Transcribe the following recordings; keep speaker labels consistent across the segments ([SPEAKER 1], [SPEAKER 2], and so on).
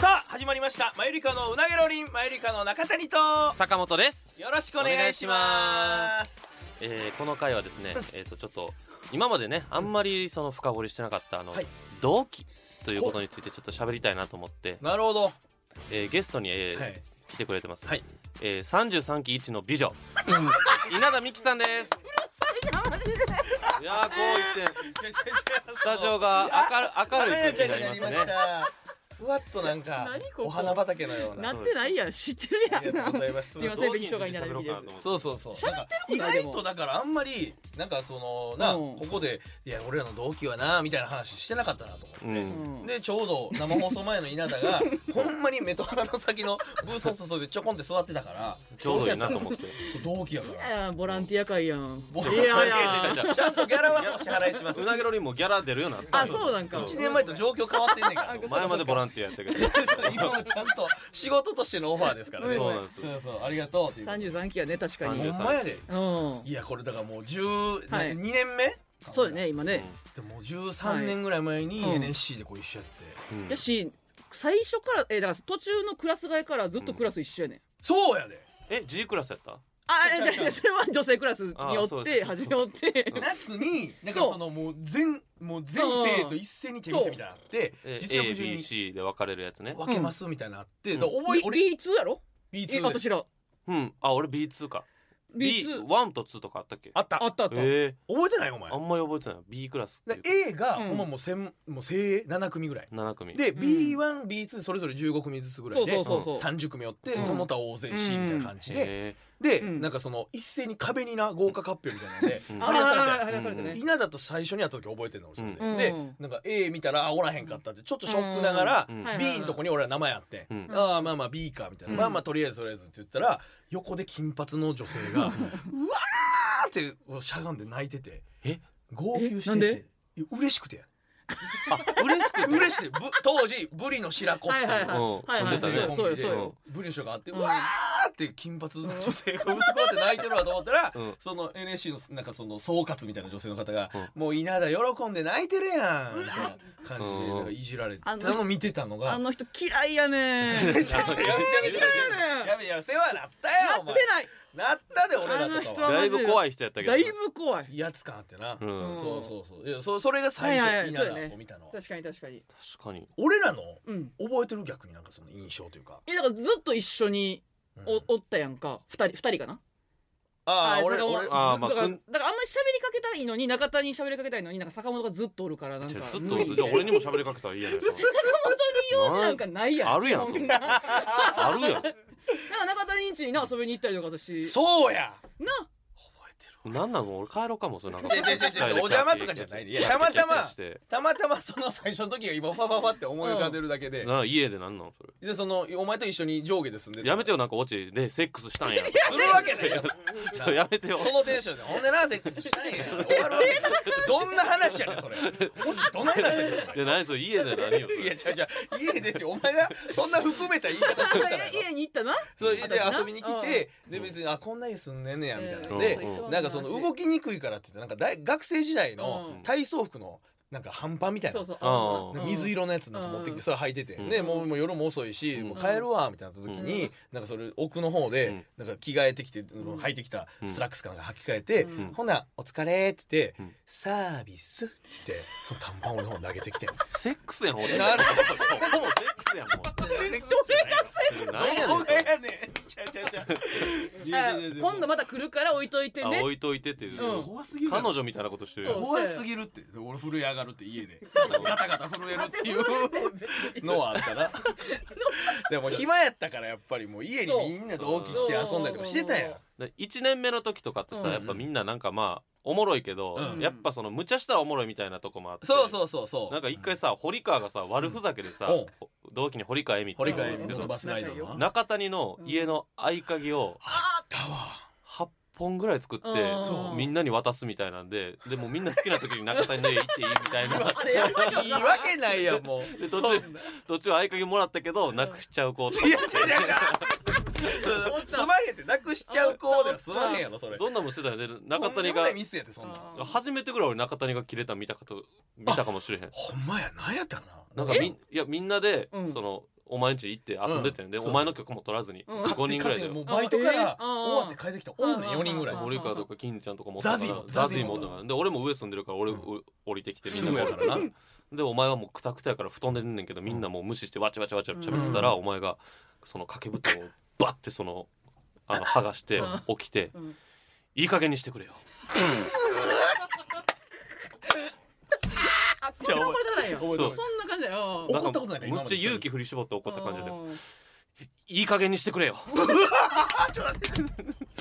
[SPEAKER 1] さあ始まりましたマユリカのうなげろりんマユリカの中谷と
[SPEAKER 2] 坂本です、
[SPEAKER 1] よろしくお願いします
[SPEAKER 2] えーこの回はですね、えー、とちょっと今までねあんまりその深掘りしてなかったあの、
[SPEAKER 1] はい
[SPEAKER 2] 同期ということについてちょっと喋りたいなと思って、
[SPEAKER 1] なるほど
[SPEAKER 2] えーゲストに、えー
[SPEAKER 1] はい
[SPEAKER 2] 来てくれてます、
[SPEAKER 1] はい
[SPEAKER 2] えー、33期一の美女稲田美希さんですいやーこう言ってス
[SPEAKER 1] ス
[SPEAKER 2] タジオが明る明るい空気になりますね
[SPEAKER 1] ふわっとなんか
[SPEAKER 3] 何ここ
[SPEAKER 1] お花畑のよう
[SPEAKER 3] すな
[SPEAKER 1] な
[SPEAKER 3] ってないやん知ってるや
[SPEAKER 1] あり
[SPEAKER 3] ん
[SPEAKER 1] がとうござ
[SPEAKER 3] ない
[SPEAKER 1] ます
[SPEAKER 3] すいません紅生姜稲田美希です
[SPEAKER 1] そうそうそう
[SPEAKER 3] 喋
[SPEAKER 1] なんか
[SPEAKER 3] るこ
[SPEAKER 1] 意
[SPEAKER 3] とない
[SPEAKER 1] 外とだからあんまりなんかそのな
[SPEAKER 3] うん
[SPEAKER 1] ここでいや俺らの同期はなみたいな話してなかったなと思って
[SPEAKER 2] う、
[SPEAKER 3] うんん
[SPEAKER 1] でちょうど生放送前の稲田がほんまに目と鼻の先のブースを注いでちょこんって座ってたから
[SPEAKER 2] ちょうどいいなと思って
[SPEAKER 1] そう同期やから
[SPEAKER 3] いやボランティア会やん
[SPEAKER 1] ボラ
[SPEAKER 3] い
[SPEAKER 1] ンティア
[SPEAKER 3] や
[SPEAKER 1] 会
[SPEAKER 3] いや
[SPEAKER 1] ちゃんとギャラはお支払いします
[SPEAKER 2] うなげろりんもギャラ出るようになった
[SPEAKER 3] あそうなんか
[SPEAKER 1] 1年前と状況変わってんねんか
[SPEAKER 2] 前までボランティアやったけど
[SPEAKER 1] ら今はちゃんと仕事としてのオファーですからね
[SPEAKER 2] そうなんです
[SPEAKER 1] そうそうありがとうっていうこと
[SPEAKER 3] 三十三期やね確かに
[SPEAKER 1] ほんまやで
[SPEAKER 3] うん
[SPEAKER 1] いやこれだからもう12、
[SPEAKER 3] はい
[SPEAKER 1] 2年目
[SPEAKER 3] そうよね今ね
[SPEAKER 1] でもう13年ぐらい前に
[SPEAKER 3] はい
[SPEAKER 1] NSC でこう一緒やって、
[SPEAKER 2] うん
[SPEAKER 3] やし最初からえだから途中のクラス替えからずっとクラス一緒やねん
[SPEAKER 1] そうやで
[SPEAKER 2] え G クラスやった
[SPEAKER 3] あ
[SPEAKER 1] 違う
[SPEAKER 3] じゃあ
[SPEAKER 1] 違う
[SPEAKER 3] それは女性クラスによ
[SPEAKER 2] あそう
[SPEAKER 3] っ
[SPEAKER 2] で
[SPEAKER 3] て
[SPEAKER 2] す
[SPEAKER 3] 始めよって
[SPEAKER 1] 夏になんかそのもう全もう全生徒一斉に手見せみたいなのあって
[SPEAKER 2] え
[SPEAKER 1] 実力順に
[SPEAKER 2] ABC で分かれるやつね
[SPEAKER 1] 分けますみたいなのあって、
[SPEAKER 2] うん
[SPEAKER 1] だから覚え
[SPEAKER 3] 俺 B2 やろ
[SPEAKER 1] B2
[SPEAKER 3] え私ら
[SPEAKER 2] うんあ俺 B2 か
[SPEAKER 3] B2
[SPEAKER 2] B1 と2とかあったっけ
[SPEAKER 1] あった
[SPEAKER 3] あったあった
[SPEAKER 2] え
[SPEAKER 1] 覚えてないお前
[SPEAKER 2] ー、あんまり覚えてない B クラスって
[SPEAKER 1] で
[SPEAKER 2] いう
[SPEAKER 1] A が、
[SPEAKER 3] うん
[SPEAKER 1] ほんまもう千もう精鋭7組ぐらい
[SPEAKER 2] 7組
[SPEAKER 1] で、
[SPEAKER 3] ん
[SPEAKER 1] B1B2 それぞれ15組ずつぐら
[SPEAKER 3] そ
[SPEAKER 1] い
[SPEAKER 3] そ
[SPEAKER 1] うで
[SPEAKER 3] うそうそう
[SPEAKER 1] 30組おって、
[SPEAKER 3] うん
[SPEAKER 1] その他大勢 C みたいな感じで、
[SPEAKER 2] え
[SPEAKER 1] で、
[SPEAKER 3] うん
[SPEAKER 1] なんかその一斉に壁にな豪華カップルみたいなので、
[SPEAKER 2] うん
[SPEAKER 3] あ
[SPEAKER 1] 張り出され
[SPEAKER 3] あ
[SPEAKER 1] て
[SPEAKER 3] 張り出されてね
[SPEAKER 1] 稲田と最初に会った時覚えてんの俺それで、
[SPEAKER 3] うん
[SPEAKER 1] で
[SPEAKER 3] うん
[SPEAKER 1] なんか A 見たらあおらへんかったってちょっとショックながら、
[SPEAKER 2] うん
[SPEAKER 3] はいはいはい
[SPEAKER 1] B のとこに俺ら名前あって、
[SPEAKER 2] うん
[SPEAKER 1] ああまあまあ B かみたいな、
[SPEAKER 2] うん
[SPEAKER 1] まあまあとりあえずとりあえずって言ったら横で金髪の女性がうわーってこうしゃがんで泣いてて
[SPEAKER 2] え
[SPEAKER 1] 号泣
[SPEAKER 3] えな
[SPEAKER 1] し
[SPEAKER 3] ん
[SPEAKER 1] て
[SPEAKER 3] で
[SPEAKER 1] ていや嬉しくて
[SPEAKER 2] あ嬉しくて
[SPEAKER 1] 嬉しくてぶ当時ブリの白子って
[SPEAKER 3] はいいうはいはい
[SPEAKER 2] うん
[SPEAKER 3] はいはい
[SPEAKER 1] 女
[SPEAKER 3] そう
[SPEAKER 1] 性
[SPEAKER 3] よ
[SPEAKER 1] コ
[SPEAKER 3] そう
[SPEAKER 1] ン
[SPEAKER 3] よそう
[SPEAKER 1] ビで
[SPEAKER 3] よ
[SPEAKER 1] ブリの人があって、
[SPEAKER 3] うん
[SPEAKER 1] うわーって金髪の女性がうずくって泣いてるわと思ったら、
[SPEAKER 2] うん
[SPEAKER 1] その NSC のなんかその総括みたいな女性の方が
[SPEAKER 2] うん
[SPEAKER 1] 「もう稲田喜んで泣いてるやん」みたいな感じ
[SPEAKER 2] う
[SPEAKER 1] で
[SPEAKER 2] ん
[SPEAKER 1] なんかいじられて
[SPEAKER 3] あ
[SPEAKER 1] た
[SPEAKER 3] の
[SPEAKER 1] のを見てたの
[SPEAKER 3] あ
[SPEAKER 1] が「
[SPEAKER 3] の人嫌いやね んなって
[SPEAKER 1] ちょっとやめてやめてやめてやめてやめて世話なったよお前
[SPEAKER 3] ない
[SPEAKER 1] なったで俺ら
[SPEAKER 3] あの
[SPEAKER 1] と
[SPEAKER 3] 人
[SPEAKER 1] かは
[SPEAKER 3] は
[SPEAKER 2] だいぶ怖い人やったけど
[SPEAKER 3] だ
[SPEAKER 2] ない
[SPEAKER 3] ぶ怖い
[SPEAKER 1] 威圧感あってな」
[SPEAKER 2] うん
[SPEAKER 1] そうそうそういやそそれが最
[SPEAKER 3] はいはいはい
[SPEAKER 1] 初稲
[SPEAKER 3] そうや
[SPEAKER 1] 田
[SPEAKER 3] ね
[SPEAKER 1] を見たの
[SPEAKER 3] 確かに確かに
[SPEAKER 2] 確かに
[SPEAKER 1] 俺らの
[SPEAKER 3] うん
[SPEAKER 1] 覚えてる逆になんかその印象というか
[SPEAKER 3] えだからずっと一緒に
[SPEAKER 1] うん
[SPEAKER 3] おおったやんか二人二人かな
[SPEAKER 1] ああ
[SPEAKER 3] い
[SPEAKER 1] 俺
[SPEAKER 3] 坂本
[SPEAKER 1] 俺
[SPEAKER 2] あーまあ
[SPEAKER 3] だから
[SPEAKER 2] くん
[SPEAKER 3] だからあんまり喋りかけたいのに中田に喋りかけたいのになんか坂本がずっとおるからなん
[SPEAKER 2] ち
[SPEAKER 3] か
[SPEAKER 2] ょ ず
[SPEAKER 3] 坂
[SPEAKER 2] っ
[SPEAKER 3] 本
[SPEAKER 2] とじゃあ俺にも喋りかけたらいいやないですか
[SPEAKER 3] に用事なんかないやん
[SPEAKER 2] あるやんそ
[SPEAKER 3] そん
[SPEAKER 2] ん
[SPEAKER 3] な
[SPEAKER 2] な
[SPEAKER 3] なんか
[SPEAKER 2] あるやん
[SPEAKER 3] 中田にんちにな遊びに行ったりとか私
[SPEAKER 1] そうや
[SPEAKER 3] な
[SPEAKER 1] 覚えてる
[SPEAKER 2] なんなんもう俺帰ろうかもそれなんか
[SPEAKER 1] いやいやいやいやお邪魔とかじゃないいやたまたまたまたまその最初の時が今ファファファって思い浮かんでるだけで、
[SPEAKER 2] なあ家でなんなんそれ
[SPEAKER 1] でそのお前と一緒に上下で住んでた
[SPEAKER 2] やめてよなんかオチでセックスしたんや
[SPEAKER 1] するわけないよ
[SPEAKER 2] ちょっとやめてよ
[SPEAKER 1] そのテンションでほんでなセックスしたんや終わるわけないどんな話やねんそれオチどないなってんのそ
[SPEAKER 2] いや何それ家で何よそ
[SPEAKER 1] れいや
[SPEAKER 2] れ
[SPEAKER 1] ちゃうちゃう家出てお前がそんな含めた言い方するから
[SPEAKER 3] 家家に行ったな
[SPEAKER 1] そうで
[SPEAKER 3] 私な
[SPEAKER 1] 遊びに来てで別にあこんな家住んでんねやみたいなんで、
[SPEAKER 2] うんうん
[SPEAKER 1] なんかその動きにくいからって言ってなんか大学生時代の
[SPEAKER 3] うん
[SPEAKER 1] 体操服のなんか半パンみたいな
[SPEAKER 3] そうそう
[SPEAKER 2] あー
[SPEAKER 1] なんか水
[SPEAKER 3] 色
[SPEAKER 1] 色のやつなんか持ってき
[SPEAKER 3] うん
[SPEAKER 1] てそれ履いてて、
[SPEAKER 2] うん
[SPEAKER 1] でもうもう夜も遅いし、
[SPEAKER 2] うん
[SPEAKER 1] もう帰るわみたいな時に、
[SPEAKER 3] うん
[SPEAKER 1] なんかそれ奥の方で、なんか着替えてきて、
[SPEAKER 3] ん
[SPEAKER 1] 履いてきたスラックスかなんか履き替えて、
[SPEAKER 3] うん
[SPEAKER 1] ほなお疲れって言って、
[SPEAKER 2] うん
[SPEAKER 1] サービスって言ってその短パン俺の方に投げてきて
[SPEAKER 2] セックスやん俺
[SPEAKER 1] なる
[SPEAKER 2] ほどもうセックスやんもう
[SPEAKER 1] どれがやいやいや
[SPEAKER 3] 今度また来るから置いといて
[SPEAKER 2] あ
[SPEAKER 3] ね
[SPEAKER 2] 置いといてっていうう。
[SPEAKER 1] 怖すぎるや
[SPEAKER 2] 彼
[SPEAKER 1] ろ
[SPEAKER 2] 女みたいなことしてるよ。
[SPEAKER 1] 怖すぎるって俺震え上がるって 家でガタガタ震えるっていうのはあ ったなでも暇やったからやっぱりもう家にみんな同期来て遊んだりとかしてたやん
[SPEAKER 2] で1年目の時とかってさ、
[SPEAKER 3] うん
[SPEAKER 2] やっぱみんななんかまあおもろいけど、
[SPEAKER 1] うん
[SPEAKER 2] やっぱその無茶したらおもろいみたいなとこもあって
[SPEAKER 1] そうそうそうそう
[SPEAKER 2] なんか一回さ堀川がさ悪ふざけでさ、
[SPEAKER 1] うん
[SPEAKER 2] 同期に堀川恵美って
[SPEAKER 1] 堀
[SPEAKER 2] 言う
[SPEAKER 1] 川
[SPEAKER 2] ん
[SPEAKER 1] 恵
[SPEAKER 2] ですけ
[SPEAKER 1] 美の
[SPEAKER 2] ど
[SPEAKER 1] バスライドのな
[SPEAKER 2] 中谷の家の合鍵を
[SPEAKER 1] だわ
[SPEAKER 2] 8本ぐらい作って、
[SPEAKER 3] うん
[SPEAKER 1] そう
[SPEAKER 2] みんなに渡すみたいなんででもうみんな好きな時に中谷の家行っていいみたいな
[SPEAKER 3] あれ やばいよ
[SPEAKER 1] いいわけないやんもう
[SPEAKER 2] で途
[SPEAKER 1] そん
[SPEAKER 2] 中
[SPEAKER 1] な
[SPEAKER 2] 途中合鍵もらったけどなくしちゃう子とか
[SPEAKER 1] いや違う違う違うすまへんってなくしちゃう子ではすまへんやろそれ
[SPEAKER 2] そんなんもしてたよね中
[SPEAKER 1] とん
[SPEAKER 2] 谷
[SPEAKER 1] でも
[SPEAKER 2] が
[SPEAKER 1] ないミスやってそんなん
[SPEAKER 3] うん
[SPEAKER 2] 初めてぐらい俺中谷が切れた見たかと見たかもしれへん
[SPEAKER 1] ほんまやなんやったか
[SPEAKER 2] な
[SPEAKER 1] なん
[SPEAKER 2] かみんいやみんなで、
[SPEAKER 3] うん
[SPEAKER 2] そのお前ん家行って遊んでたよね、
[SPEAKER 1] うん
[SPEAKER 2] でお前の曲も取らずに、
[SPEAKER 3] うん
[SPEAKER 2] 5人ぐらいだ
[SPEAKER 1] 勝手にも
[SPEAKER 2] よ
[SPEAKER 1] うバイトから
[SPEAKER 3] うん
[SPEAKER 1] 終わって帰ってきたおんねん4人ぐらい
[SPEAKER 3] うん
[SPEAKER 2] 森川とか金ちゃんとか持ってたか
[SPEAKER 1] ザ
[SPEAKER 2] ら
[SPEAKER 1] ジも
[SPEAKER 2] ザジ
[SPEAKER 1] ザジ
[SPEAKER 2] も持っ
[SPEAKER 1] も
[SPEAKER 2] てたからで俺も上住んでるから俺、
[SPEAKER 1] うん
[SPEAKER 2] お降りてきて
[SPEAKER 1] す
[SPEAKER 2] みん
[SPEAKER 1] ぐ
[SPEAKER 2] な
[SPEAKER 1] やからな
[SPEAKER 2] でお前はもうクタクタやから布団で寝んねんけどみんなもう無視してわちゃわちゃわちゃ喋ってたら、お前がその掛け布団をバッてそのあの剥がして
[SPEAKER 3] う
[SPEAKER 2] 起きて、
[SPEAKER 3] うん
[SPEAKER 2] いい加減にしてくれよ
[SPEAKER 3] あこれはこれだらよ
[SPEAKER 1] 覚えてる
[SPEAKER 3] そんな感じだよ
[SPEAKER 1] 怒ったことない
[SPEAKER 2] んか
[SPEAKER 1] ね
[SPEAKER 2] む
[SPEAKER 1] 今
[SPEAKER 2] っ
[SPEAKER 1] ま
[SPEAKER 2] ち
[SPEAKER 1] で
[SPEAKER 2] ゃ勇気振り絞って怒った感じで
[SPEAKER 3] うん
[SPEAKER 2] いい加減にしてくれよ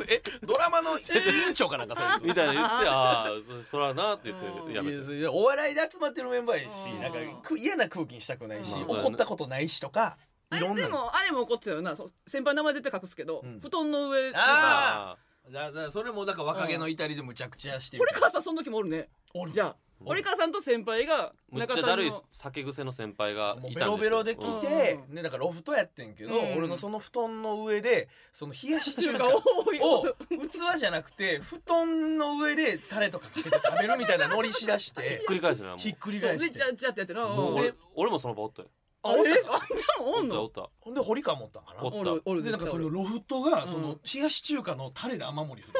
[SPEAKER 1] えドラマの委員長かなんかそれ
[SPEAKER 2] みたいな 言ってああそそらなって言ってやめて
[SPEAKER 1] いやいやお笑いで集まってるメンバーやし
[SPEAKER 3] うん
[SPEAKER 1] なんかく嫌な空気にしたくないし
[SPEAKER 2] うん
[SPEAKER 1] 怒ったことないしとか
[SPEAKER 3] あ
[SPEAKER 1] い
[SPEAKER 3] れ
[SPEAKER 1] ろん
[SPEAKER 3] で
[SPEAKER 1] なの
[SPEAKER 3] もあれも怒ってたよなそう先輩の名前絶対隠すけど、
[SPEAKER 1] うん
[SPEAKER 3] 布団の上
[SPEAKER 1] あ
[SPEAKER 3] あ
[SPEAKER 2] あ
[SPEAKER 1] だだそれもだから若気の至りでむちゃくちゃしてる
[SPEAKER 3] 堀川さんその時もおるね
[SPEAKER 1] おる
[SPEAKER 3] じゃあ堀川さんと先輩が
[SPEAKER 2] ーむっちゃだるい酒癖の先輩が
[SPEAKER 1] もう
[SPEAKER 2] い
[SPEAKER 1] ベ
[SPEAKER 2] たん
[SPEAKER 1] ロ
[SPEAKER 2] です
[SPEAKER 1] ベ
[SPEAKER 2] よ
[SPEAKER 1] ロで来
[SPEAKER 2] うん
[SPEAKER 1] て
[SPEAKER 3] う
[SPEAKER 1] ねだからロフトやってんけど
[SPEAKER 3] うん
[SPEAKER 1] 俺のその布団の上でその冷やし中
[SPEAKER 3] 中
[SPEAKER 1] 華
[SPEAKER 3] 華多い
[SPEAKER 1] を器じゃなくて布団の上でタレとかかけて食べるみたいなノリしだし
[SPEAKER 2] ひ
[SPEAKER 1] て
[SPEAKER 2] っくり返してなも
[SPEAKER 1] ひっくり
[SPEAKER 3] そう
[SPEAKER 1] 返
[SPEAKER 3] で
[SPEAKER 1] して
[SPEAKER 3] ちゃんちゃってやってな
[SPEAKER 2] う
[SPEAKER 3] あ
[SPEAKER 2] もう俺
[SPEAKER 1] で
[SPEAKER 2] 俺もその場おったよ
[SPEAKER 1] あおっ
[SPEAKER 3] れ
[SPEAKER 1] た
[SPEAKER 3] あ
[SPEAKER 1] か
[SPEAKER 3] んたもおん
[SPEAKER 2] お
[SPEAKER 3] の
[SPEAKER 2] ったおっ
[SPEAKER 1] ほんで堀川持ったんかな
[SPEAKER 2] お
[SPEAKER 3] おるおる
[SPEAKER 1] でなんかそのロフト
[SPEAKER 3] う
[SPEAKER 1] が
[SPEAKER 3] ん
[SPEAKER 1] その冷やし中華のタレで雨漏りする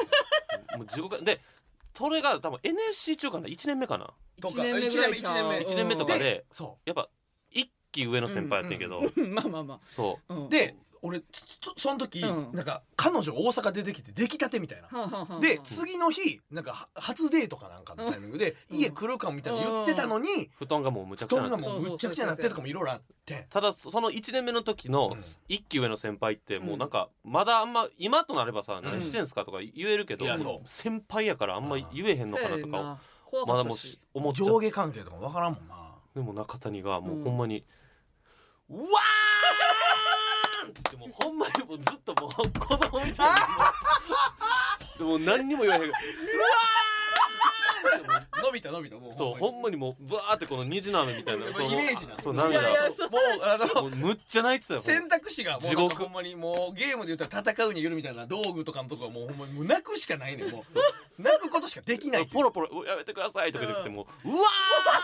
[SPEAKER 2] たもう地獄でそれが多分 NSC 中かな1年目かな
[SPEAKER 1] と
[SPEAKER 3] 1
[SPEAKER 1] か
[SPEAKER 3] 年目ぐらい
[SPEAKER 1] 一年目
[SPEAKER 2] 1年目とかで
[SPEAKER 1] そ
[SPEAKER 2] やっぱ一期上の先輩やってんけど
[SPEAKER 3] うん まあまあま
[SPEAKER 2] そ
[SPEAKER 3] あ、うん
[SPEAKER 1] う、で俺つつその時
[SPEAKER 3] うん
[SPEAKER 1] なんか彼女大阪出てきて出来たてみたいな
[SPEAKER 3] はあはあはあはあ
[SPEAKER 1] で次の日なんかは初デートかなんかのタイミングで
[SPEAKER 3] うん
[SPEAKER 1] 家来るかもみたいなの言ってたのに
[SPEAKER 2] う布団がもうむちゃ
[SPEAKER 1] 布
[SPEAKER 2] くちゃ
[SPEAKER 1] 団
[SPEAKER 2] な
[SPEAKER 1] が
[SPEAKER 2] って
[SPEAKER 1] もうむっちゃくちゃなってとかもいろいろあって
[SPEAKER 2] ただその1年目の時
[SPEAKER 1] う
[SPEAKER 2] の
[SPEAKER 1] ん
[SPEAKER 2] 一期上の先輩ってもうなんかまだあんま今となればさ何してんすかとか言えるけど
[SPEAKER 1] いやそう
[SPEAKER 2] 先輩やからあんま言えへんのかな
[SPEAKER 3] せ
[SPEAKER 2] と
[SPEAKER 3] や
[SPEAKER 2] か
[SPEAKER 3] な怖
[SPEAKER 2] ま
[SPEAKER 3] かっ
[SPEAKER 2] だも
[SPEAKER 3] た
[SPEAKER 2] う
[SPEAKER 3] し
[SPEAKER 2] 思っちゃって
[SPEAKER 1] 上下関係とかもわからんもんな
[SPEAKER 2] でも中谷がもううんほんまに「うわーん!」って言ってもうほんまにもうずっともう子供みたいに でもう何にも言わへんから
[SPEAKER 1] 伸びた伸びたもう
[SPEAKER 2] そうほんまにもうブワーってこの虹の雨みたいな
[SPEAKER 1] やっ
[SPEAKER 2] そ
[SPEAKER 1] ぱ
[SPEAKER 2] の
[SPEAKER 1] イメージな
[SPEAKER 2] そう
[SPEAKER 1] もう
[SPEAKER 2] 涙
[SPEAKER 3] いやいや
[SPEAKER 1] もうあ
[SPEAKER 2] も
[SPEAKER 1] の
[SPEAKER 2] うむっちゃ泣いてたよほんま
[SPEAKER 1] 選択肢がもう
[SPEAKER 2] 地
[SPEAKER 1] なん
[SPEAKER 2] 獄
[SPEAKER 1] かほんまにもうゲームで言ったら戦うにいるみたいな道具とかのとこはもうほんまにもう泣くしかないねんもう泣くことしかできないってい
[SPEAKER 2] ポ
[SPEAKER 1] う
[SPEAKER 2] ロポロ「やめてください」とかじゃなくてもう「うわ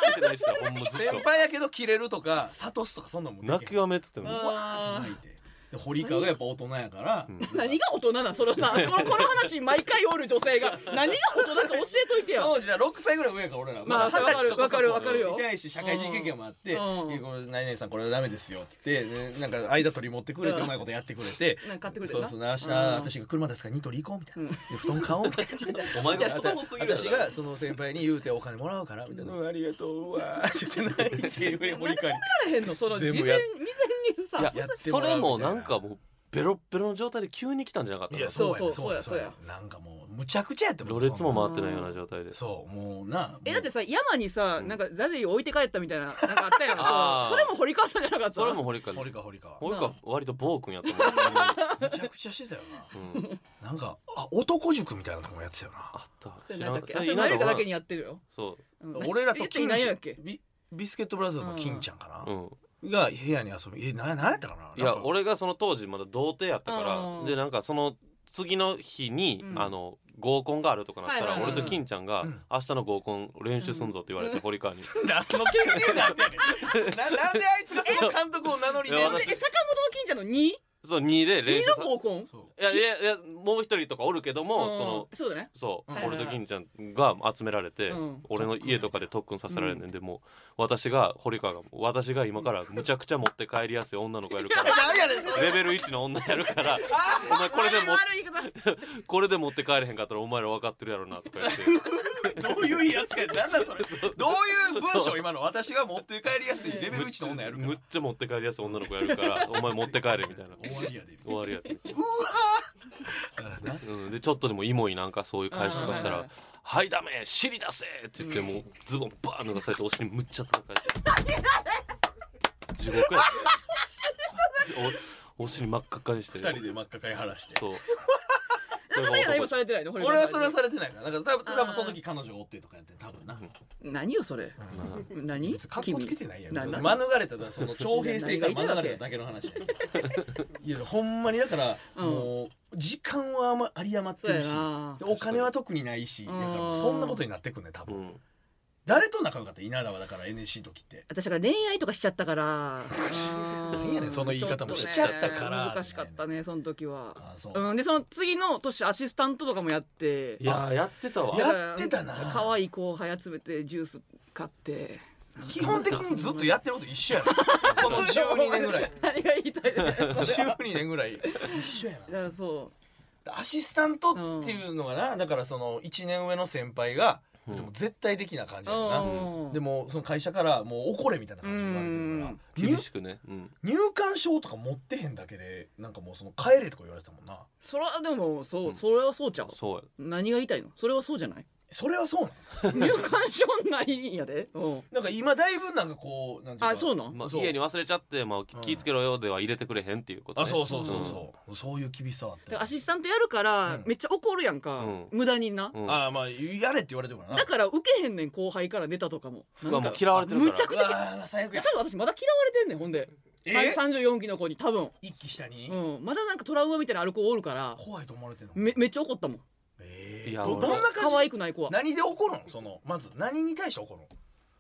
[SPEAKER 2] ー!」って泣いてたよほんまずっ
[SPEAKER 1] 先
[SPEAKER 2] と
[SPEAKER 1] 輩やけど切れるとか諭すとかそんなんもうできへん
[SPEAKER 2] 泣きわめてたよ
[SPEAKER 1] う
[SPEAKER 2] もう
[SPEAKER 1] わーって泣いてで堀川がやっぱ大人やから、
[SPEAKER 2] ん
[SPEAKER 3] 何が大人なんそ れなこのこの話毎回おる女性が何が大人か教えといて よ
[SPEAKER 1] 当時は6歳ぐらい上やから俺ら
[SPEAKER 3] まあ
[SPEAKER 1] まだ二十歳と
[SPEAKER 3] わかるわかるわかるよ
[SPEAKER 1] 痛いし社会人経験もあって「
[SPEAKER 3] うん
[SPEAKER 1] えこれ何々さんこれはダメですよ」って言って、ね、なんか間取り持ってくれて
[SPEAKER 3] うん
[SPEAKER 1] うまいことやってくれて
[SPEAKER 3] なんか買ってくれて
[SPEAKER 1] そ
[SPEAKER 3] な
[SPEAKER 1] うそう明日
[SPEAKER 3] うん
[SPEAKER 1] 私が車出すからニトリ行こうみたいな、
[SPEAKER 3] うん
[SPEAKER 1] で布団買おうみたいな。
[SPEAKER 2] お前
[SPEAKER 3] いや
[SPEAKER 2] が
[SPEAKER 3] 子
[SPEAKER 2] 子
[SPEAKER 3] 供
[SPEAKER 2] 供すぎるやろ
[SPEAKER 1] 私がその先輩に言うてお金もらうからみたいな「うんありがとううわ」って言って泣いて
[SPEAKER 3] 何
[SPEAKER 1] 堀
[SPEAKER 3] 考
[SPEAKER 1] 川に
[SPEAKER 3] えられへんのその事前
[SPEAKER 1] 全
[SPEAKER 3] 未
[SPEAKER 1] 部や
[SPEAKER 3] 然にさ
[SPEAKER 2] いや
[SPEAKER 1] やって
[SPEAKER 2] そ
[SPEAKER 1] もらうみたい
[SPEAKER 2] れ
[SPEAKER 1] な
[SPEAKER 2] もなんかもうベロッベロの状態で急に来たんじゃなかった
[SPEAKER 1] い
[SPEAKER 2] の
[SPEAKER 1] や
[SPEAKER 3] そ
[SPEAKER 1] そう
[SPEAKER 3] や
[SPEAKER 1] うや
[SPEAKER 3] ね
[SPEAKER 1] ね
[SPEAKER 3] そうやねそうや
[SPEAKER 1] なんかもうむちゃくちゃやって
[SPEAKER 2] ろれつも
[SPEAKER 3] 回っ
[SPEAKER 2] 回ってないような状態で
[SPEAKER 1] そうもうな
[SPEAKER 3] えだって
[SPEAKER 1] も
[SPEAKER 3] さ山にさなんかザゼイ置いて帰ったみたいななんかあった やん
[SPEAKER 2] あー
[SPEAKER 3] そうそれも堀川さんじゃなかった
[SPEAKER 2] それも堀川
[SPEAKER 1] う堀川堀川
[SPEAKER 2] 俺が割と暴君やと思
[SPEAKER 1] むちゃくちゃしてたよ
[SPEAKER 2] う。 うん、
[SPEAKER 1] ななんかあ男塾みたいなとこもやってたよ
[SPEAKER 2] あ
[SPEAKER 1] な
[SPEAKER 2] った。
[SPEAKER 3] 何だっけあそ
[SPEAKER 2] それ
[SPEAKER 3] れ
[SPEAKER 2] 稲
[SPEAKER 3] 誰
[SPEAKER 2] 田
[SPEAKER 3] か
[SPEAKER 2] が
[SPEAKER 3] だけにやってるよ、
[SPEAKER 2] そ
[SPEAKER 3] うん
[SPEAKER 1] 俺らと
[SPEAKER 3] えって
[SPEAKER 1] 金
[SPEAKER 3] 何
[SPEAKER 1] ちゃ
[SPEAKER 3] やっ
[SPEAKER 1] ん
[SPEAKER 3] け
[SPEAKER 1] ビビスケットブラザーズの金ちゃんか
[SPEAKER 2] う。う
[SPEAKER 1] な、
[SPEAKER 2] ん。
[SPEAKER 1] が部屋に遊びえななんやったかないなん
[SPEAKER 2] や
[SPEAKER 1] か
[SPEAKER 2] 俺がその当時まだ童貞やったか
[SPEAKER 3] うん
[SPEAKER 2] らでなんかその次の日に、
[SPEAKER 3] うん
[SPEAKER 2] あの合コンがあるとかなったら、
[SPEAKER 3] はいはいはい
[SPEAKER 2] 俺と金ちゃんが、
[SPEAKER 1] うん
[SPEAKER 2] 明日の合コン練習すんぞ」って言われて、堀川に「
[SPEAKER 1] 何の研究だってななんであいつがその監督を名乗り
[SPEAKER 2] い
[SPEAKER 1] ね
[SPEAKER 2] や
[SPEAKER 3] え坂本の金ちゃんの 2?
[SPEAKER 2] そうそう2で練
[SPEAKER 3] 二
[SPEAKER 2] 習さ
[SPEAKER 3] の合コン
[SPEAKER 1] そう
[SPEAKER 2] いやいやいやもう一人とかおるけども、その
[SPEAKER 3] うんそうだね
[SPEAKER 2] そう、
[SPEAKER 1] はいはい
[SPEAKER 3] はい
[SPEAKER 2] 俺と銀ちゃんが集められて、
[SPEAKER 3] うん
[SPEAKER 2] 俺の家とかで特訓させられるねんで、もう私が堀川が私が今からむちゃくちゃ持って帰りやすい女の子やるから
[SPEAKER 1] 何やねんそ れ
[SPEAKER 2] レベル1の女やるからお前これでも
[SPEAKER 3] 悪い言い方
[SPEAKER 2] これで持って帰れへんかったらお前ら分かってるやろなとか言って
[SPEAKER 1] どういうやつやなんだそれどういう文章今の私が持って帰りやすいレベル1の女やるから
[SPEAKER 2] むっちゃ持って帰りやすい女の子やるからお前持って帰れみたいな
[SPEAKER 1] 終わりやで
[SPEAKER 2] 終わりやで、
[SPEAKER 1] うわ
[SPEAKER 2] うん、でちょっとでもイモイなんかそういう返しとかした
[SPEAKER 3] あー
[SPEAKER 2] ら「はいダメ尻出せ!」って言ってもうズボンバーン脱がされてお尻むっちゃ叩かれて地獄やでおお尻真っ赤っかにして
[SPEAKER 1] 2人で真っ赤かい話して
[SPEAKER 2] そうそ
[SPEAKER 3] 中
[SPEAKER 2] れが
[SPEAKER 3] 谷は
[SPEAKER 2] 男
[SPEAKER 3] 今されてないの
[SPEAKER 1] 俺はそれは
[SPEAKER 3] れ
[SPEAKER 1] されてないからなんか多分多分その時彼女がおってとかやってん多分な
[SPEAKER 3] 何よそれ何
[SPEAKER 1] 別に格好つけてないやん
[SPEAKER 3] 君
[SPEAKER 1] 別に
[SPEAKER 3] な
[SPEAKER 1] 免
[SPEAKER 3] な
[SPEAKER 1] れただその徴兵制から免れただけの話やんいやほんまにだから、
[SPEAKER 3] うん
[SPEAKER 1] もう時間はあ,、まあり余って
[SPEAKER 3] そう
[SPEAKER 1] る
[SPEAKER 3] や
[SPEAKER 1] し
[SPEAKER 3] な
[SPEAKER 1] でお金は特にないしだ
[SPEAKER 3] う
[SPEAKER 1] か
[SPEAKER 3] ん
[SPEAKER 1] らもうそんなことになってくんね多
[SPEAKER 2] う
[SPEAKER 1] 分、
[SPEAKER 2] ん、
[SPEAKER 1] 誰と仲良かった稲田はだから NSC の時って
[SPEAKER 3] 私だから恋愛とかしちゃったから
[SPEAKER 1] 何
[SPEAKER 3] 何
[SPEAKER 1] やねんその言い方もしちゃったから
[SPEAKER 3] 難しかったねその時は
[SPEAKER 1] あそう、
[SPEAKER 3] うんでその次の年アシスタントとかもやって
[SPEAKER 2] いやーやってたわ
[SPEAKER 1] いやってたな
[SPEAKER 3] 可愛い後輩集めてジュース買って
[SPEAKER 1] 基本的にずっとやってること一緒や なこの12年ぐ らい
[SPEAKER 3] 何が言いたいの
[SPEAKER 1] 12年ぐらい一緒
[SPEAKER 3] だ
[SPEAKER 1] や
[SPEAKER 3] からそう
[SPEAKER 1] なアシスタントっていうのがなだからその1年上の先輩が、
[SPEAKER 2] うん
[SPEAKER 1] でも絶対的な感じやねんな、
[SPEAKER 3] うん
[SPEAKER 1] でもその会社からもう怒れみたいな感じで言われてる
[SPEAKER 2] 厳
[SPEAKER 1] から
[SPEAKER 2] しくね、うん、
[SPEAKER 1] 入入館証とか持ってへんだけでなんかもうその帰れとか言われてたもんな
[SPEAKER 3] それはでもそううんそれはそうちゃう
[SPEAKER 2] そうや
[SPEAKER 3] 何が言いたいのそれはそうじゃない
[SPEAKER 1] それはそうな
[SPEAKER 3] 入
[SPEAKER 1] ん
[SPEAKER 3] 館証ないんやでうん
[SPEAKER 1] なんか今だいぶなんかこうなんていうか
[SPEAKER 3] あそうなん
[SPEAKER 2] まあ、
[SPEAKER 1] そう
[SPEAKER 2] 家に忘れちゃって、まあ、
[SPEAKER 1] うん
[SPEAKER 2] 気ぃつけろよでは入れてくれへんっていうこと、ね、
[SPEAKER 1] あそうそうそうそう、そういう厳しさはあって
[SPEAKER 3] でアシスタントやるから
[SPEAKER 1] うん
[SPEAKER 3] めっちゃ怒るやんか
[SPEAKER 2] うん
[SPEAKER 3] 無駄にな
[SPEAKER 2] うん、うん
[SPEAKER 1] ああまあやれって言われてるからな
[SPEAKER 3] だから受けへんねん後輩から出たとかも
[SPEAKER 2] う
[SPEAKER 3] な
[SPEAKER 2] わ
[SPEAKER 3] ん
[SPEAKER 2] もう嫌われてるから
[SPEAKER 3] むちゃくちゃ
[SPEAKER 1] うわー最悪や
[SPEAKER 3] 多分私まだ嫌われてんねんほんで
[SPEAKER 1] え
[SPEAKER 3] 34期の子に多分
[SPEAKER 1] 一気下に、
[SPEAKER 3] うんまだなんかトラウマみたいなある子おるから
[SPEAKER 1] 怖いと思われてるの
[SPEAKER 3] めめっちゃ怒ったもん
[SPEAKER 1] えー
[SPEAKER 2] いや
[SPEAKER 1] ど
[SPEAKER 2] 俺
[SPEAKER 1] どんな
[SPEAKER 3] 可
[SPEAKER 1] 感
[SPEAKER 3] 愛
[SPEAKER 1] じ
[SPEAKER 3] くない子は
[SPEAKER 1] 何で怒るのそのまず何に対して怒るの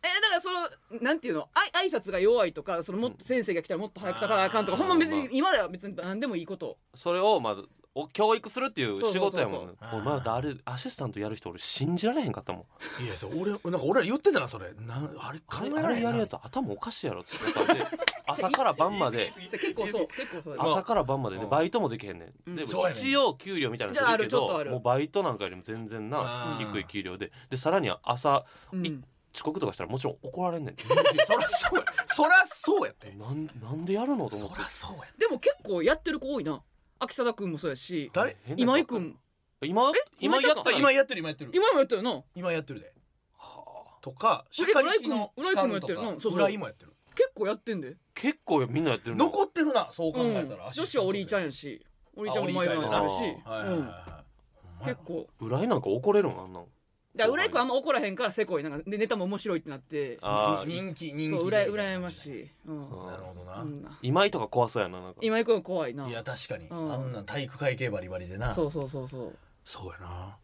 [SPEAKER 3] えだからそのなんていうのあい挨拶が弱いとかそのもっと先生が来たらもっと早くたからあかんとか
[SPEAKER 1] あー
[SPEAKER 3] ほんま別
[SPEAKER 2] ま
[SPEAKER 3] に
[SPEAKER 2] あ
[SPEAKER 3] 今では別に何でもいいこと
[SPEAKER 2] それをまあお教育するっていう仕事やもんね
[SPEAKER 3] そう
[SPEAKER 1] そうそ
[SPEAKER 2] 俺
[SPEAKER 1] う
[SPEAKER 2] まだあれアシスタントやる人俺信じられへんかったもん
[SPEAKER 1] いやそれ俺なんか俺ら言ってたなそれなあれ考
[SPEAKER 2] あれ
[SPEAKER 1] えら
[SPEAKER 2] あ
[SPEAKER 1] れへ
[SPEAKER 2] れ
[SPEAKER 1] んな
[SPEAKER 2] やるやつ頭おかしいやろって言ったんで 朝から晩まで
[SPEAKER 3] じゃ結構そう結構そうや
[SPEAKER 1] あ
[SPEAKER 2] 朝から晩までね
[SPEAKER 1] うん
[SPEAKER 2] バイトもできへんね
[SPEAKER 3] うん
[SPEAKER 2] んで
[SPEAKER 1] そうやねん
[SPEAKER 2] 一応給料みたいなの
[SPEAKER 3] じゃああ
[SPEAKER 2] 出る
[SPEAKER 3] る
[SPEAKER 2] け
[SPEAKER 3] ちょっとあ
[SPEAKER 2] ど
[SPEAKER 3] る
[SPEAKER 2] もうバイトなんかよりも全然
[SPEAKER 1] あ
[SPEAKER 2] な
[SPEAKER 1] ー
[SPEAKER 2] 低い給料ででさらに朝
[SPEAKER 3] うん
[SPEAKER 2] い遅刻とかしたらもちろん怒られんねん
[SPEAKER 1] そら そうやそらそうやって
[SPEAKER 2] なんなんでやるのと思
[SPEAKER 1] そ
[SPEAKER 2] って
[SPEAKER 1] らそうやって
[SPEAKER 3] でも結構やってる子多いな秋貞君もそうやし
[SPEAKER 1] 誰
[SPEAKER 2] 変な
[SPEAKER 3] 今井
[SPEAKER 2] 人
[SPEAKER 3] 君
[SPEAKER 2] 今今やっ
[SPEAKER 3] あ
[SPEAKER 2] た
[SPEAKER 1] あ今やってる今やってる
[SPEAKER 3] 今もやったよな
[SPEAKER 1] 今やってるで
[SPEAKER 2] はあ
[SPEAKER 1] とかし
[SPEAKER 3] え
[SPEAKER 1] かりきの
[SPEAKER 3] 浦井君もやってる
[SPEAKER 1] 期間
[SPEAKER 3] うん
[SPEAKER 1] と
[SPEAKER 3] そうそ
[SPEAKER 1] か
[SPEAKER 3] う
[SPEAKER 1] 裏井もやってる
[SPEAKER 3] 結構やってんで、
[SPEAKER 2] 結構みんなやってるの
[SPEAKER 1] 残ってるなそう考
[SPEAKER 3] う
[SPEAKER 1] え
[SPEAKER 3] ん
[SPEAKER 1] たら、
[SPEAKER 3] 女子はオリーちゃんや
[SPEAKER 1] し
[SPEAKER 3] しオリーちゃんも前
[SPEAKER 1] あ
[SPEAKER 3] になるし、
[SPEAKER 1] はいはいはいはい
[SPEAKER 3] うん、結構
[SPEAKER 2] 裏井なんか怒れるんあんな
[SPEAKER 3] だ
[SPEAKER 2] ん
[SPEAKER 3] から浦井君あんま怒らへんからせこいなんかでネタも面白いってなって
[SPEAKER 1] あ
[SPEAKER 2] あー
[SPEAKER 1] 人気人
[SPEAKER 3] そ
[SPEAKER 1] 気
[SPEAKER 3] ううら羨まし
[SPEAKER 1] い
[SPEAKER 3] い、うん
[SPEAKER 2] うん
[SPEAKER 1] なるほど
[SPEAKER 3] う
[SPEAKER 1] な、
[SPEAKER 3] んな、
[SPEAKER 2] 今井とか怖そうやななんか
[SPEAKER 3] 今井君怖いない
[SPEAKER 1] や確かに、
[SPEAKER 3] うん
[SPEAKER 1] あんなん体育会系バリバリでな
[SPEAKER 3] そうそうそうそう
[SPEAKER 1] そうやな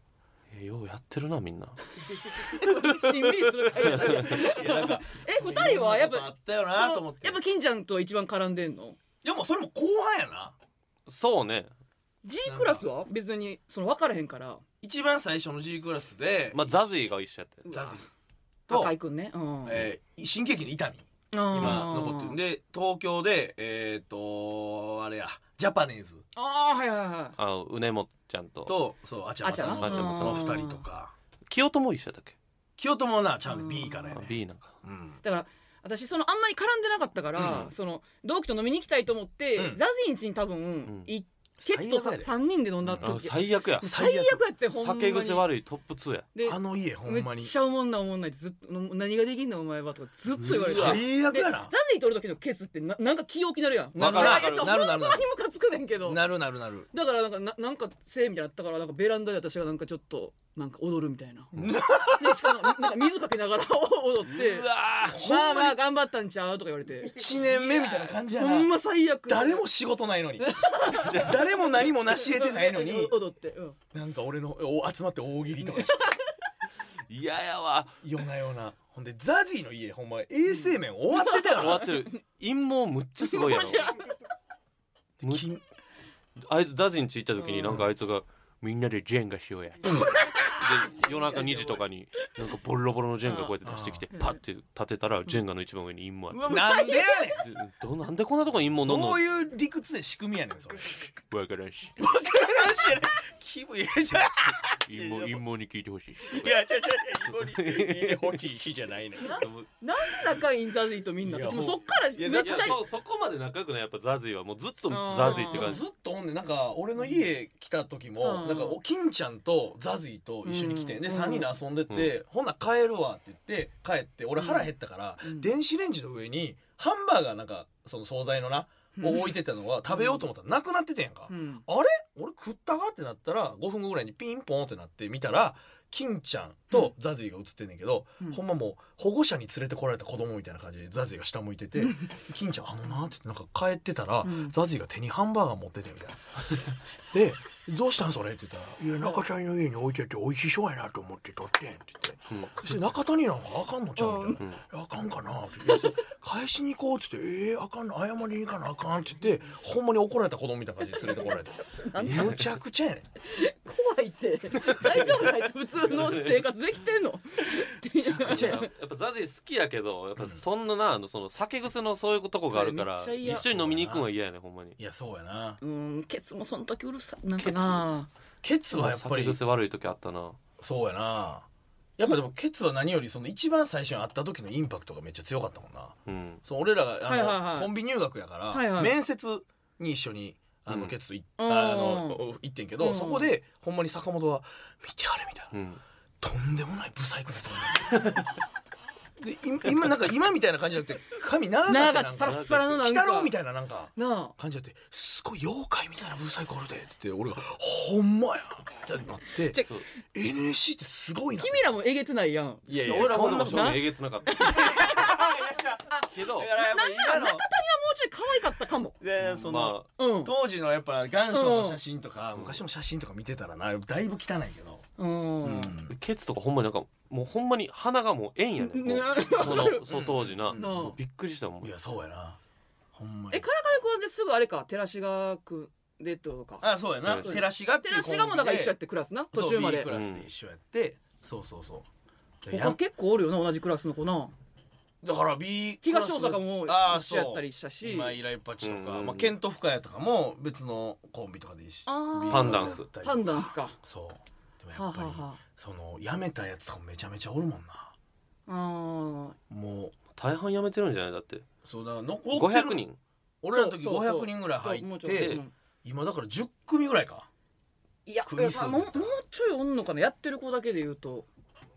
[SPEAKER 2] えーようやってるなみんな
[SPEAKER 3] しんみりする会やったね
[SPEAKER 1] いやなんか
[SPEAKER 3] え二人はやっ
[SPEAKER 1] そんなこと
[SPEAKER 3] ぱ
[SPEAKER 1] あったよなと思って
[SPEAKER 3] やっぱ金ちゃんと一番絡んでんの
[SPEAKER 1] でもそれも後半やな
[SPEAKER 2] そうね
[SPEAKER 3] G クラスは別にその分からへんから
[SPEAKER 1] 一番最初の G クラスで、
[SPEAKER 2] まあザズィが一緒やったよ
[SPEAKER 1] ザズと
[SPEAKER 3] 赤井君ねうん、
[SPEAKER 1] えー、新喜劇の伊丹今
[SPEAKER 3] 今
[SPEAKER 1] 残ってるんで東京でえっ、とあれやジャパネーズ
[SPEAKER 3] ああはいはいは
[SPEAKER 2] あのうねもちゃんと
[SPEAKER 1] とそうあちゃまさん
[SPEAKER 2] あちゃまさん
[SPEAKER 1] のその二人とか
[SPEAKER 2] 清友一緒やったっけ
[SPEAKER 1] 清友なちゃ
[SPEAKER 3] うんん
[SPEAKER 1] B からや
[SPEAKER 2] あ
[SPEAKER 1] ね
[SPEAKER 2] B なんか
[SPEAKER 1] うん
[SPEAKER 3] いだから私そのあんまり絡んでなかったから、
[SPEAKER 1] うん
[SPEAKER 3] その同期と飲みに行きたいと思って、
[SPEAKER 1] うん
[SPEAKER 3] ザズィン家に多分、
[SPEAKER 2] ん
[SPEAKER 3] いケツと
[SPEAKER 1] 最悪
[SPEAKER 3] さ
[SPEAKER 1] やで
[SPEAKER 3] 三人で飲んだ
[SPEAKER 2] あ
[SPEAKER 3] 時、
[SPEAKER 2] 最悪や
[SPEAKER 3] 最悪やってほんまに
[SPEAKER 2] 酒癖悪いトップ2や
[SPEAKER 3] で
[SPEAKER 1] あの家ほん
[SPEAKER 3] め
[SPEAKER 1] ま
[SPEAKER 3] っ
[SPEAKER 1] に
[SPEAKER 3] ちゃおもんないおもんないってずっとの何ができんのお前はとかずっと言われて
[SPEAKER 1] うわ最悪
[SPEAKER 3] で
[SPEAKER 1] や
[SPEAKER 3] ザ
[SPEAKER 1] な
[SPEAKER 3] ズィ取る時のケツってななんか気を気になるやん
[SPEAKER 1] わか
[SPEAKER 3] い
[SPEAKER 1] る
[SPEAKER 3] や
[SPEAKER 1] わかる
[SPEAKER 3] いや
[SPEAKER 1] なるなるな
[SPEAKER 3] ほんま
[SPEAKER 1] る
[SPEAKER 3] にムカつくねんけど
[SPEAKER 1] なるなるなる
[SPEAKER 3] だからなんかななんかせいみたいなのあったからなんかベランダで私がなんかちょっとなんか踊るみたいなでしかもなんか水かけながら踊って
[SPEAKER 2] うわ ー
[SPEAKER 3] まあまあ頑張ったんちゃうとか言われて
[SPEAKER 1] 1年目みたいな感じや
[SPEAKER 3] ほ
[SPEAKER 1] なん
[SPEAKER 3] ま最悪
[SPEAKER 1] 誰も仕事ないのに誰も何も成し得てないの に
[SPEAKER 3] 踊って、うん、
[SPEAKER 1] なんか俺のお集まって大喜利とかして
[SPEAKER 2] 嫌やわ
[SPEAKER 1] 夜な夜なほんでザジーの家ほんま衛生面終わってたよ
[SPEAKER 2] 終わ
[SPEAKER 1] な
[SPEAKER 2] ってる陰謀むっちゃすごいやろ
[SPEAKER 3] 面白い
[SPEAKER 2] む
[SPEAKER 1] 金
[SPEAKER 2] あいつダジンち行った時になんかあいつが「みんなでジェンガし ようや」で夜中2時とかになんかボロボロのジェンガこうやって出してきてパッて立てたらジェンガの一番上に陰謀あっ
[SPEAKER 1] なんでやねん
[SPEAKER 2] てでどなんでこんなとこに陰謀どんどん
[SPEAKER 1] どういう理屈で仕組みやねんそれ
[SPEAKER 2] わからんし
[SPEAKER 1] バカなしてる気分いやじゃ
[SPEAKER 2] 陰謀陰謀に聞いてほしいし
[SPEAKER 1] いやじゃじゃいやホキじゃないねん
[SPEAKER 3] なんで仲いいんザズイとみんな。
[SPEAKER 1] いや
[SPEAKER 3] 私もうそっからめ
[SPEAKER 1] や
[SPEAKER 3] っ
[SPEAKER 1] い
[SPEAKER 3] ち
[SPEAKER 1] や
[SPEAKER 3] ゃ。
[SPEAKER 2] そそこまで仲良くないやっぱザズイはもうずっ
[SPEAKER 3] そ
[SPEAKER 2] と
[SPEAKER 3] う
[SPEAKER 2] ザズイって感
[SPEAKER 1] ず
[SPEAKER 2] じ
[SPEAKER 1] っとほんでなんか俺の家来た時も、
[SPEAKER 3] うん
[SPEAKER 1] なんかお金ちゃんとザズィと一緒に来て、
[SPEAKER 3] うん
[SPEAKER 1] で3人で遊んでて、ほんなら帰るわって言って帰って俺腹減ったから、
[SPEAKER 3] うん
[SPEAKER 1] 電子レンジの上にハンバーガーなんかその惣菜のな、を置いてたのが食べようと思ったらなくなっててんやんか、
[SPEAKER 3] うん。
[SPEAKER 1] あれ俺食ったかってなったら5分後ぐらいにピンポンってなって見たら金ちゃんとザズィが映ってんねんけど、
[SPEAKER 3] うん
[SPEAKER 1] ほんまもう保護者に連れてこられた子供みたいな感じでザズィが下向いてて「金ちゃんあのな」って言ってなんか帰ってたら、
[SPEAKER 3] うん
[SPEAKER 1] ザズィが手にハンバーガー持っててみたいな。で「どうしたんそれ?」って言ったら「いや中谷の家に置いてて美味しそうやなと思って取ってん」って言っ
[SPEAKER 2] う
[SPEAKER 1] て。
[SPEAKER 2] ん
[SPEAKER 1] そして中谷なんかあかんのちゃうみたいな、あかんかなっていやそれ返しに行こうって言って「ええあかんの謝りに行かなあかん」って言ってほんまに怒られた子供みたいな感じで連れてこられたむちゃくちゃやねん
[SPEAKER 3] 怖いって。大丈夫あいつ普通の生活できてんの。
[SPEAKER 1] ちゃ
[SPEAKER 2] やっぱザジ好きやけどやっぱそんななあのその酒癖のそういうとこがあるから
[SPEAKER 3] それめっちゃ嫌
[SPEAKER 2] 一緒に飲みに行くんは嫌やねほんまに
[SPEAKER 1] いやそうやな
[SPEAKER 3] うん、ケツもその時うるさい。なんかな。
[SPEAKER 1] ケツはやっぱ
[SPEAKER 2] 酒
[SPEAKER 1] り
[SPEAKER 2] 癖悪い時あったな
[SPEAKER 1] そうやなやっぱでもケツは何よりその一番最初に会った時のインパクトがめっちゃ強かったもんな
[SPEAKER 2] うん
[SPEAKER 1] そう俺らがあの、
[SPEAKER 3] はいはいはい
[SPEAKER 1] コンビ入学やから、
[SPEAKER 3] はいはい
[SPEAKER 1] 面接に一緒にあの、
[SPEAKER 2] うん
[SPEAKER 1] ケツとい
[SPEAKER 3] うん
[SPEAKER 1] あの行ってんけど、
[SPEAKER 3] うん
[SPEAKER 1] そこでほんまに坂本が「見てあれ」みたいな。
[SPEAKER 2] うん
[SPEAKER 1] とんでもないブサイクな人なん だで今今なんか今みたいな感じじゃなくて髪長かった
[SPEAKER 3] な
[SPEAKER 1] よ
[SPEAKER 3] ん
[SPEAKER 1] な
[SPEAKER 3] か
[SPEAKER 1] ん
[SPEAKER 3] サ
[SPEAKER 1] か
[SPEAKER 3] ラッサラのなん
[SPEAKER 1] 鬼
[SPEAKER 3] か。
[SPEAKER 1] 太郎み
[SPEAKER 3] た
[SPEAKER 1] たいななんか
[SPEAKER 3] いな。
[SPEAKER 1] 感じだってすごい妖怪みたいなブサイクおるでって言って俺が「ほんまや」ってなって
[SPEAKER 3] じゃ
[SPEAKER 2] そう
[SPEAKER 1] NSC ってすごいな
[SPEAKER 3] 君らもえげつないやん。
[SPEAKER 1] いやいや
[SPEAKER 2] 俺らもでも
[SPEAKER 1] そ
[SPEAKER 2] 正
[SPEAKER 1] んな
[SPEAKER 3] な
[SPEAKER 2] 直えげつなかった けど
[SPEAKER 1] らやっぱ今の
[SPEAKER 3] もうちょい可愛かったかも。
[SPEAKER 1] でその、
[SPEAKER 2] ま
[SPEAKER 3] うん。
[SPEAKER 1] 当時のやっぱ願書の写真とか、昔の写真とか見てたらなだいぶ汚いけど、
[SPEAKER 3] うん。
[SPEAKER 2] あケツとかほんまになんかもうほんまに鼻がもう円やね んもうそのそう当時な
[SPEAKER 1] うん
[SPEAKER 2] もうびっくりしたもん
[SPEAKER 1] いやそうやなほんまに
[SPEAKER 3] え、カラカネ君ですぐあれか、照らしがくレッドとか。
[SPEAKER 1] あそうやな
[SPEAKER 2] うん
[SPEAKER 1] 照らしがってい
[SPEAKER 3] 照
[SPEAKER 1] う
[SPEAKER 3] らしがもうだから一緒やってクラスな、途中ま
[SPEAKER 1] そう B
[SPEAKER 3] で
[SPEAKER 1] ク。ラスで一緒やって、そうそうそうでや
[SPEAKER 3] 他
[SPEAKER 1] ん
[SPEAKER 3] 結構おるよな、同じクラスの子な。
[SPEAKER 1] だから B クラス
[SPEAKER 3] 東大阪も
[SPEAKER 1] あー
[SPEAKER 3] 一緒やったりした
[SPEAKER 1] そう
[SPEAKER 3] し。
[SPEAKER 1] 今イライパチとか、
[SPEAKER 2] うん
[SPEAKER 1] まあ、ケント・フカヤとかも別のコンビとかでいいし
[SPEAKER 3] あー
[SPEAKER 1] B
[SPEAKER 2] パンダンス
[SPEAKER 1] クラやったり
[SPEAKER 3] パンダンスか。は
[SPEAKER 1] そうで
[SPEAKER 3] あ、
[SPEAKER 1] もや
[SPEAKER 3] は
[SPEAKER 1] っぱり、
[SPEAKER 3] あは
[SPEAKER 1] その辞めたやつとかもめちゃめちゃおるもんな
[SPEAKER 3] あ、あ
[SPEAKER 1] もう
[SPEAKER 2] 大半やめてるんじゃないだって
[SPEAKER 1] そうだから残ってる
[SPEAKER 2] 500人
[SPEAKER 1] 俺らの時
[SPEAKER 3] そうそうそう
[SPEAKER 1] 500人ぐらい入
[SPEAKER 3] も
[SPEAKER 1] っ
[SPEAKER 3] うちょい
[SPEAKER 1] て
[SPEAKER 3] うん
[SPEAKER 1] 今だから10組ぐらいか
[SPEAKER 3] いや、
[SPEAKER 1] 組数
[SPEAKER 3] まあもうもうちょいおんのかな、やってる子だけで言うと。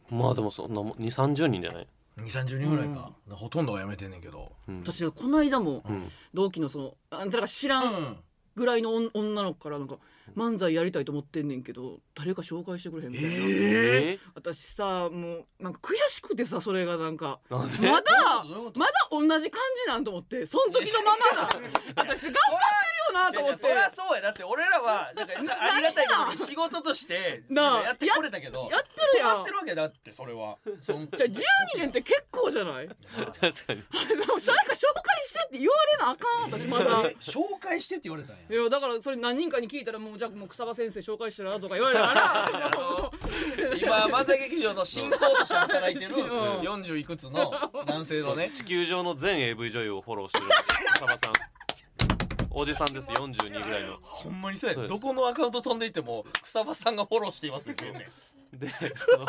[SPEAKER 2] まあでもそんなも2 3 0人じゃない
[SPEAKER 1] 2 3 0人ぐらいか、ほとんどが辞めてんねんけど
[SPEAKER 2] うん
[SPEAKER 3] 私がこの間も
[SPEAKER 2] うん
[SPEAKER 3] 同期のその、あんたらが知らん
[SPEAKER 1] ん
[SPEAKER 3] ぐらいの女女の子からなんか漫才やりたいと思ってんねんけど誰か紹介してくれへんみたいな、
[SPEAKER 1] ええ
[SPEAKER 2] え
[SPEAKER 3] 私さもうなんか悔しくてさそれがなんか
[SPEAKER 2] ーなん で
[SPEAKER 3] まだ
[SPEAKER 1] どういうこと
[SPEAKER 3] まだ同じ感じなんと思ってその時のままだ私頑張ってるよなと思って
[SPEAKER 1] いやいやそりゃそうやだって俺らはなんかありがたいことに仕事として
[SPEAKER 3] なあ
[SPEAKER 1] なんかやってこれたけど
[SPEAKER 3] やってるや
[SPEAKER 1] や
[SPEAKER 3] ん
[SPEAKER 1] ってるわけだってそれはそん
[SPEAKER 3] じゃあ12年って結構じゃないでも
[SPEAKER 2] 確かに
[SPEAKER 3] 誰か紹介してって言われなあかん私まだ
[SPEAKER 1] え。 紹介してって言われたん
[SPEAKER 3] い
[SPEAKER 1] や
[SPEAKER 3] やだからそれ何人かに聞いたらもうじゃあもう草場先生紹介してるなとか言われたから
[SPEAKER 1] 今漫才劇場の進行として働いてる
[SPEAKER 3] うん
[SPEAKER 1] 40いくつの男性の ね
[SPEAKER 2] 地球上の全 AV 女優をフォローしてるサバさんおじさんです42ぐらいの
[SPEAKER 1] ほんまにそうやどこのアカウント飛んでいっても草場さんがフォローしていますって言うね
[SPEAKER 2] でその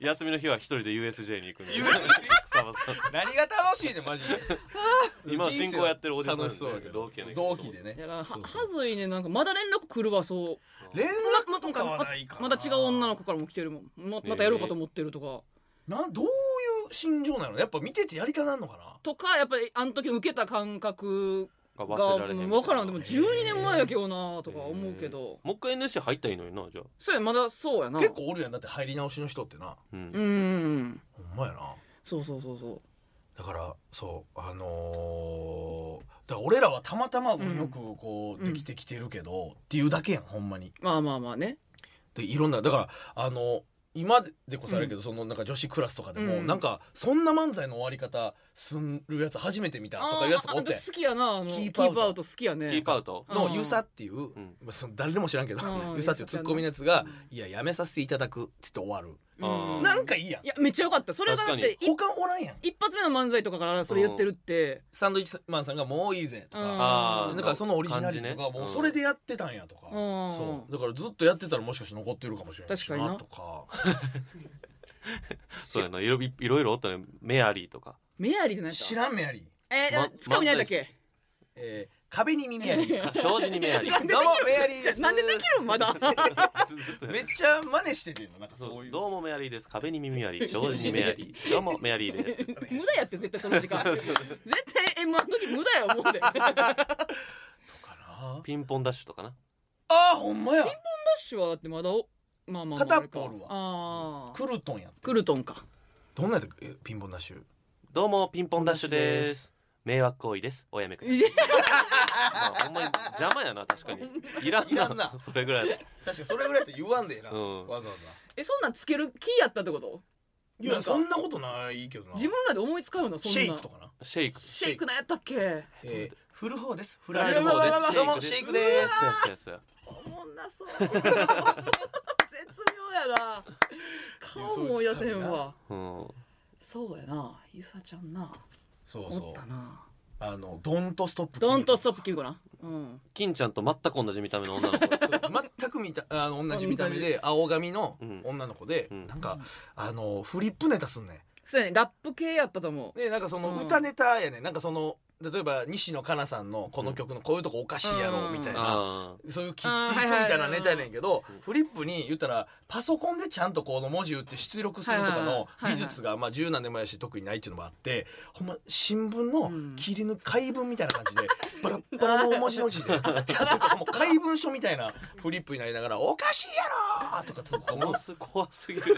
[SPEAKER 2] 休みの日は一人で USJ に行くの
[SPEAKER 1] USJ
[SPEAKER 2] サバさん
[SPEAKER 1] 何が楽しいねマジで
[SPEAKER 2] 今は進行やってるおじさんなん
[SPEAKER 1] 楽
[SPEAKER 2] で
[SPEAKER 1] しそうやけ
[SPEAKER 2] 同
[SPEAKER 1] ど
[SPEAKER 2] 期やねんけど
[SPEAKER 1] 同期でね
[SPEAKER 3] いやだからは
[SPEAKER 1] そうそう
[SPEAKER 3] はずいねなんかまだ連絡来るわそう
[SPEAKER 1] 連
[SPEAKER 3] ま
[SPEAKER 1] 絡
[SPEAKER 3] た
[SPEAKER 1] とかはないから
[SPEAKER 3] また違う女の子からも来てるもんままたやろうかと思ってるとか、
[SPEAKER 1] などういう心情なのやっぱ見ててやりたなんのかな
[SPEAKER 3] とかやっぱりあの時受けた感覚
[SPEAKER 2] が
[SPEAKER 3] が
[SPEAKER 2] 忘れられへんみたいな
[SPEAKER 3] 分からんでも12年前やけどなとか思うけど、
[SPEAKER 2] もう一回 NSC 入ったらいいのになじゃあ
[SPEAKER 3] それまだそうやな
[SPEAKER 1] 結構おるやんだって入り直しの人ってな
[SPEAKER 2] うん
[SPEAKER 3] うんうんうん
[SPEAKER 1] ほんまやな
[SPEAKER 3] そうそうそうそう
[SPEAKER 1] だからそうあのーだから俺らはたまたま運よくこう、
[SPEAKER 3] うん
[SPEAKER 1] できてきてるけど、っていうだけやんほんまに
[SPEAKER 3] まあまあまあね
[SPEAKER 1] でいろんなだからあの今でこそあるけど、そのなんか女子クラスとかでも、
[SPEAKER 3] うん
[SPEAKER 1] なんかそんな漫才の終わり方するやつ初めて見たとかいうやつがおって
[SPEAKER 3] あーあ好きやなあの
[SPEAKER 1] キ
[SPEAKER 3] キー
[SPEAKER 1] ープアウト
[SPEAKER 3] プアウト好きやね
[SPEAKER 2] キーパウト
[SPEAKER 3] あ
[SPEAKER 1] のユサっていう、
[SPEAKER 2] ん
[SPEAKER 1] まあその誰でも知らんけど、
[SPEAKER 3] うん
[SPEAKER 1] ユサっていうツッコミのやつが「いややめさせていただく」って言って終わる、
[SPEAKER 3] うん
[SPEAKER 2] うん
[SPEAKER 1] なんかいいやん
[SPEAKER 3] いやめっちゃ良かったそれがだっ
[SPEAKER 2] 確
[SPEAKER 3] てい
[SPEAKER 1] 他おらんやん
[SPEAKER 3] 一発目の漫才とかからそれ言ってるって
[SPEAKER 1] サンドイッチマンさんが「もういいぜ」とか、
[SPEAKER 2] あー
[SPEAKER 1] なんかそのオリジナリティとか
[SPEAKER 2] 感じね
[SPEAKER 1] もうそれでやってたんやとか、
[SPEAKER 3] ん
[SPEAKER 1] そうだからずっとやってたらもしかして残ってるかもしれないし
[SPEAKER 3] 確かに
[SPEAKER 1] な
[SPEAKER 3] な
[SPEAKER 1] とか
[SPEAKER 2] そうやないろいろいろおったねメアリーとか
[SPEAKER 3] メアリーって何やった
[SPEAKER 1] 知らんメアリー、
[SPEAKER 3] えー
[SPEAKER 2] ま
[SPEAKER 3] つかみないだっけ
[SPEAKER 1] えー壁に耳 ありどうも
[SPEAKER 2] 障子にメアリー
[SPEAKER 1] メアリーです
[SPEAKER 3] なんでできるんま だ
[SPEAKER 2] ずっとやる
[SPEAKER 1] めっちゃ真似しててんのなんか
[SPEAKER 2] そう
[SPEAKER 1] そういう
[SPEAKER 2] どうもメアリーです壁に耳 あり障子にメアリーどうもメアリーです
[SPEAKER 3] 無駄やって絶対その時 間絶対 M1 の時無駄や思うでダッ
[SPEAKER 1] かな
[SPEAKER 2] ピンポンダッシュとかな
[SPEAKER 1] あーほんまや
[SPEAKER 3] シュはだってまだおまあまあまあ
[SPEAKER 1] 片っ
[SPEAKER 3] あれか
[SPEAKER 1] ぽおるわ
[SPEAKER 3] あー
[SPEAKER 1] クルトンやん
[SPEAKER 3] クルトンか
[SPEAKER 1] どんなやつえピンポンダッシュ
[SPEAKER 2] どうもピンポンダッシュです迷惑行為ですおやめくださいまあほんまに邪魔やな確かにいらんない
[SPEAKER 1] らんな
[SPEAKER 2] それぐらいだ
[SPEAKER 1] 確かにそれぐらいって言わんでええな、
[SPEAKER 2] うん
[SPEAKER 1] わざわ
[SPEAKER 3] えそんなんつけるキーやったってこと
[SPEAKER 1] ざいやそんなことないけどな
[SPEAKER 3] 自分らで思いつかうのそんな
[SPEAKER 1] シェイクとかな、
[SPEAKER 2] シェイク
[SPEAKER 3] シェイクなんやったっけ
[SPEAKER 1] えー、振る方です振
[SPEAKER 2] ら
[SPEAKER 1] ら
[SPEAKER 2] れ
[SPEAKER 1] れ
[SPEAKER 2] る
[SPEAKER 1] る
[SPEAKER 2] 方
[SPEAKER 1] 方
[SPEAKER 2] で
[SPEAKER 1] ですすどうもシェイクで
[SPEAKER 2] そうやそうやそうや
[SPEAKER 3] おもんな そう絶妙やな顔も思い出せへんわ
[SPEAKER 2] うん
[SPEAKER 3] そうやなゆさちゃんな
[SPEAKER 1] すそう
[SPEAKER 3] お
[SPEAKER 1] そ
[SPEAKER 3] っ
[SPEAKER 1] う
[SPEAKER 3] たな
[SPEAKER 1] あのドンとストップ
[SPEAKER 3] ドンとスト
[SPEAKER 1] ッ
[SPEAKER 3] ップキーコなうん
[SPEAKER 2] 金ちゃんと全く同じ見た目の女の子
[SPEAKER 1] プ全く見たあの同じ見た目で青髪の
[SPEAKER 2] うん
[SPEAKER 1] 女の子で、
[SPEAKER 2] うん
[SPEAKER 1] なんかあのフリップネタすんね
[SPEAKER 3] そうやねラップ系やったと思
[SPEAKER 1] んでなんかその
[SPEAKER 3] うん
[SPEAKER 1] 歌ネタやねんなんかその例えば西野カナさんのこの曲のこういうとこおかしいやろみたいな、
[SPEAKER 2] あ
[SPEAKER 1] そういう切っていくみたいなネタやねんけど
[SPEAKER 2] いはい
[SPEAKER 1] フリップに言ったらパソコンでちゃんとこの文字打って出力するとかの技術がまあ十何年もやし特にないっていうのもあってほんま新聞の切り抜解文みたいな感じで バラッバラの文字の 字でやってたもう解文書みたいなフリップになりながら「おかしいやろ!」とかつっ
[SPEAKER 2] あ
[SPEAKER 1] ても
[SPEAKER 2] 怖す怖すぎる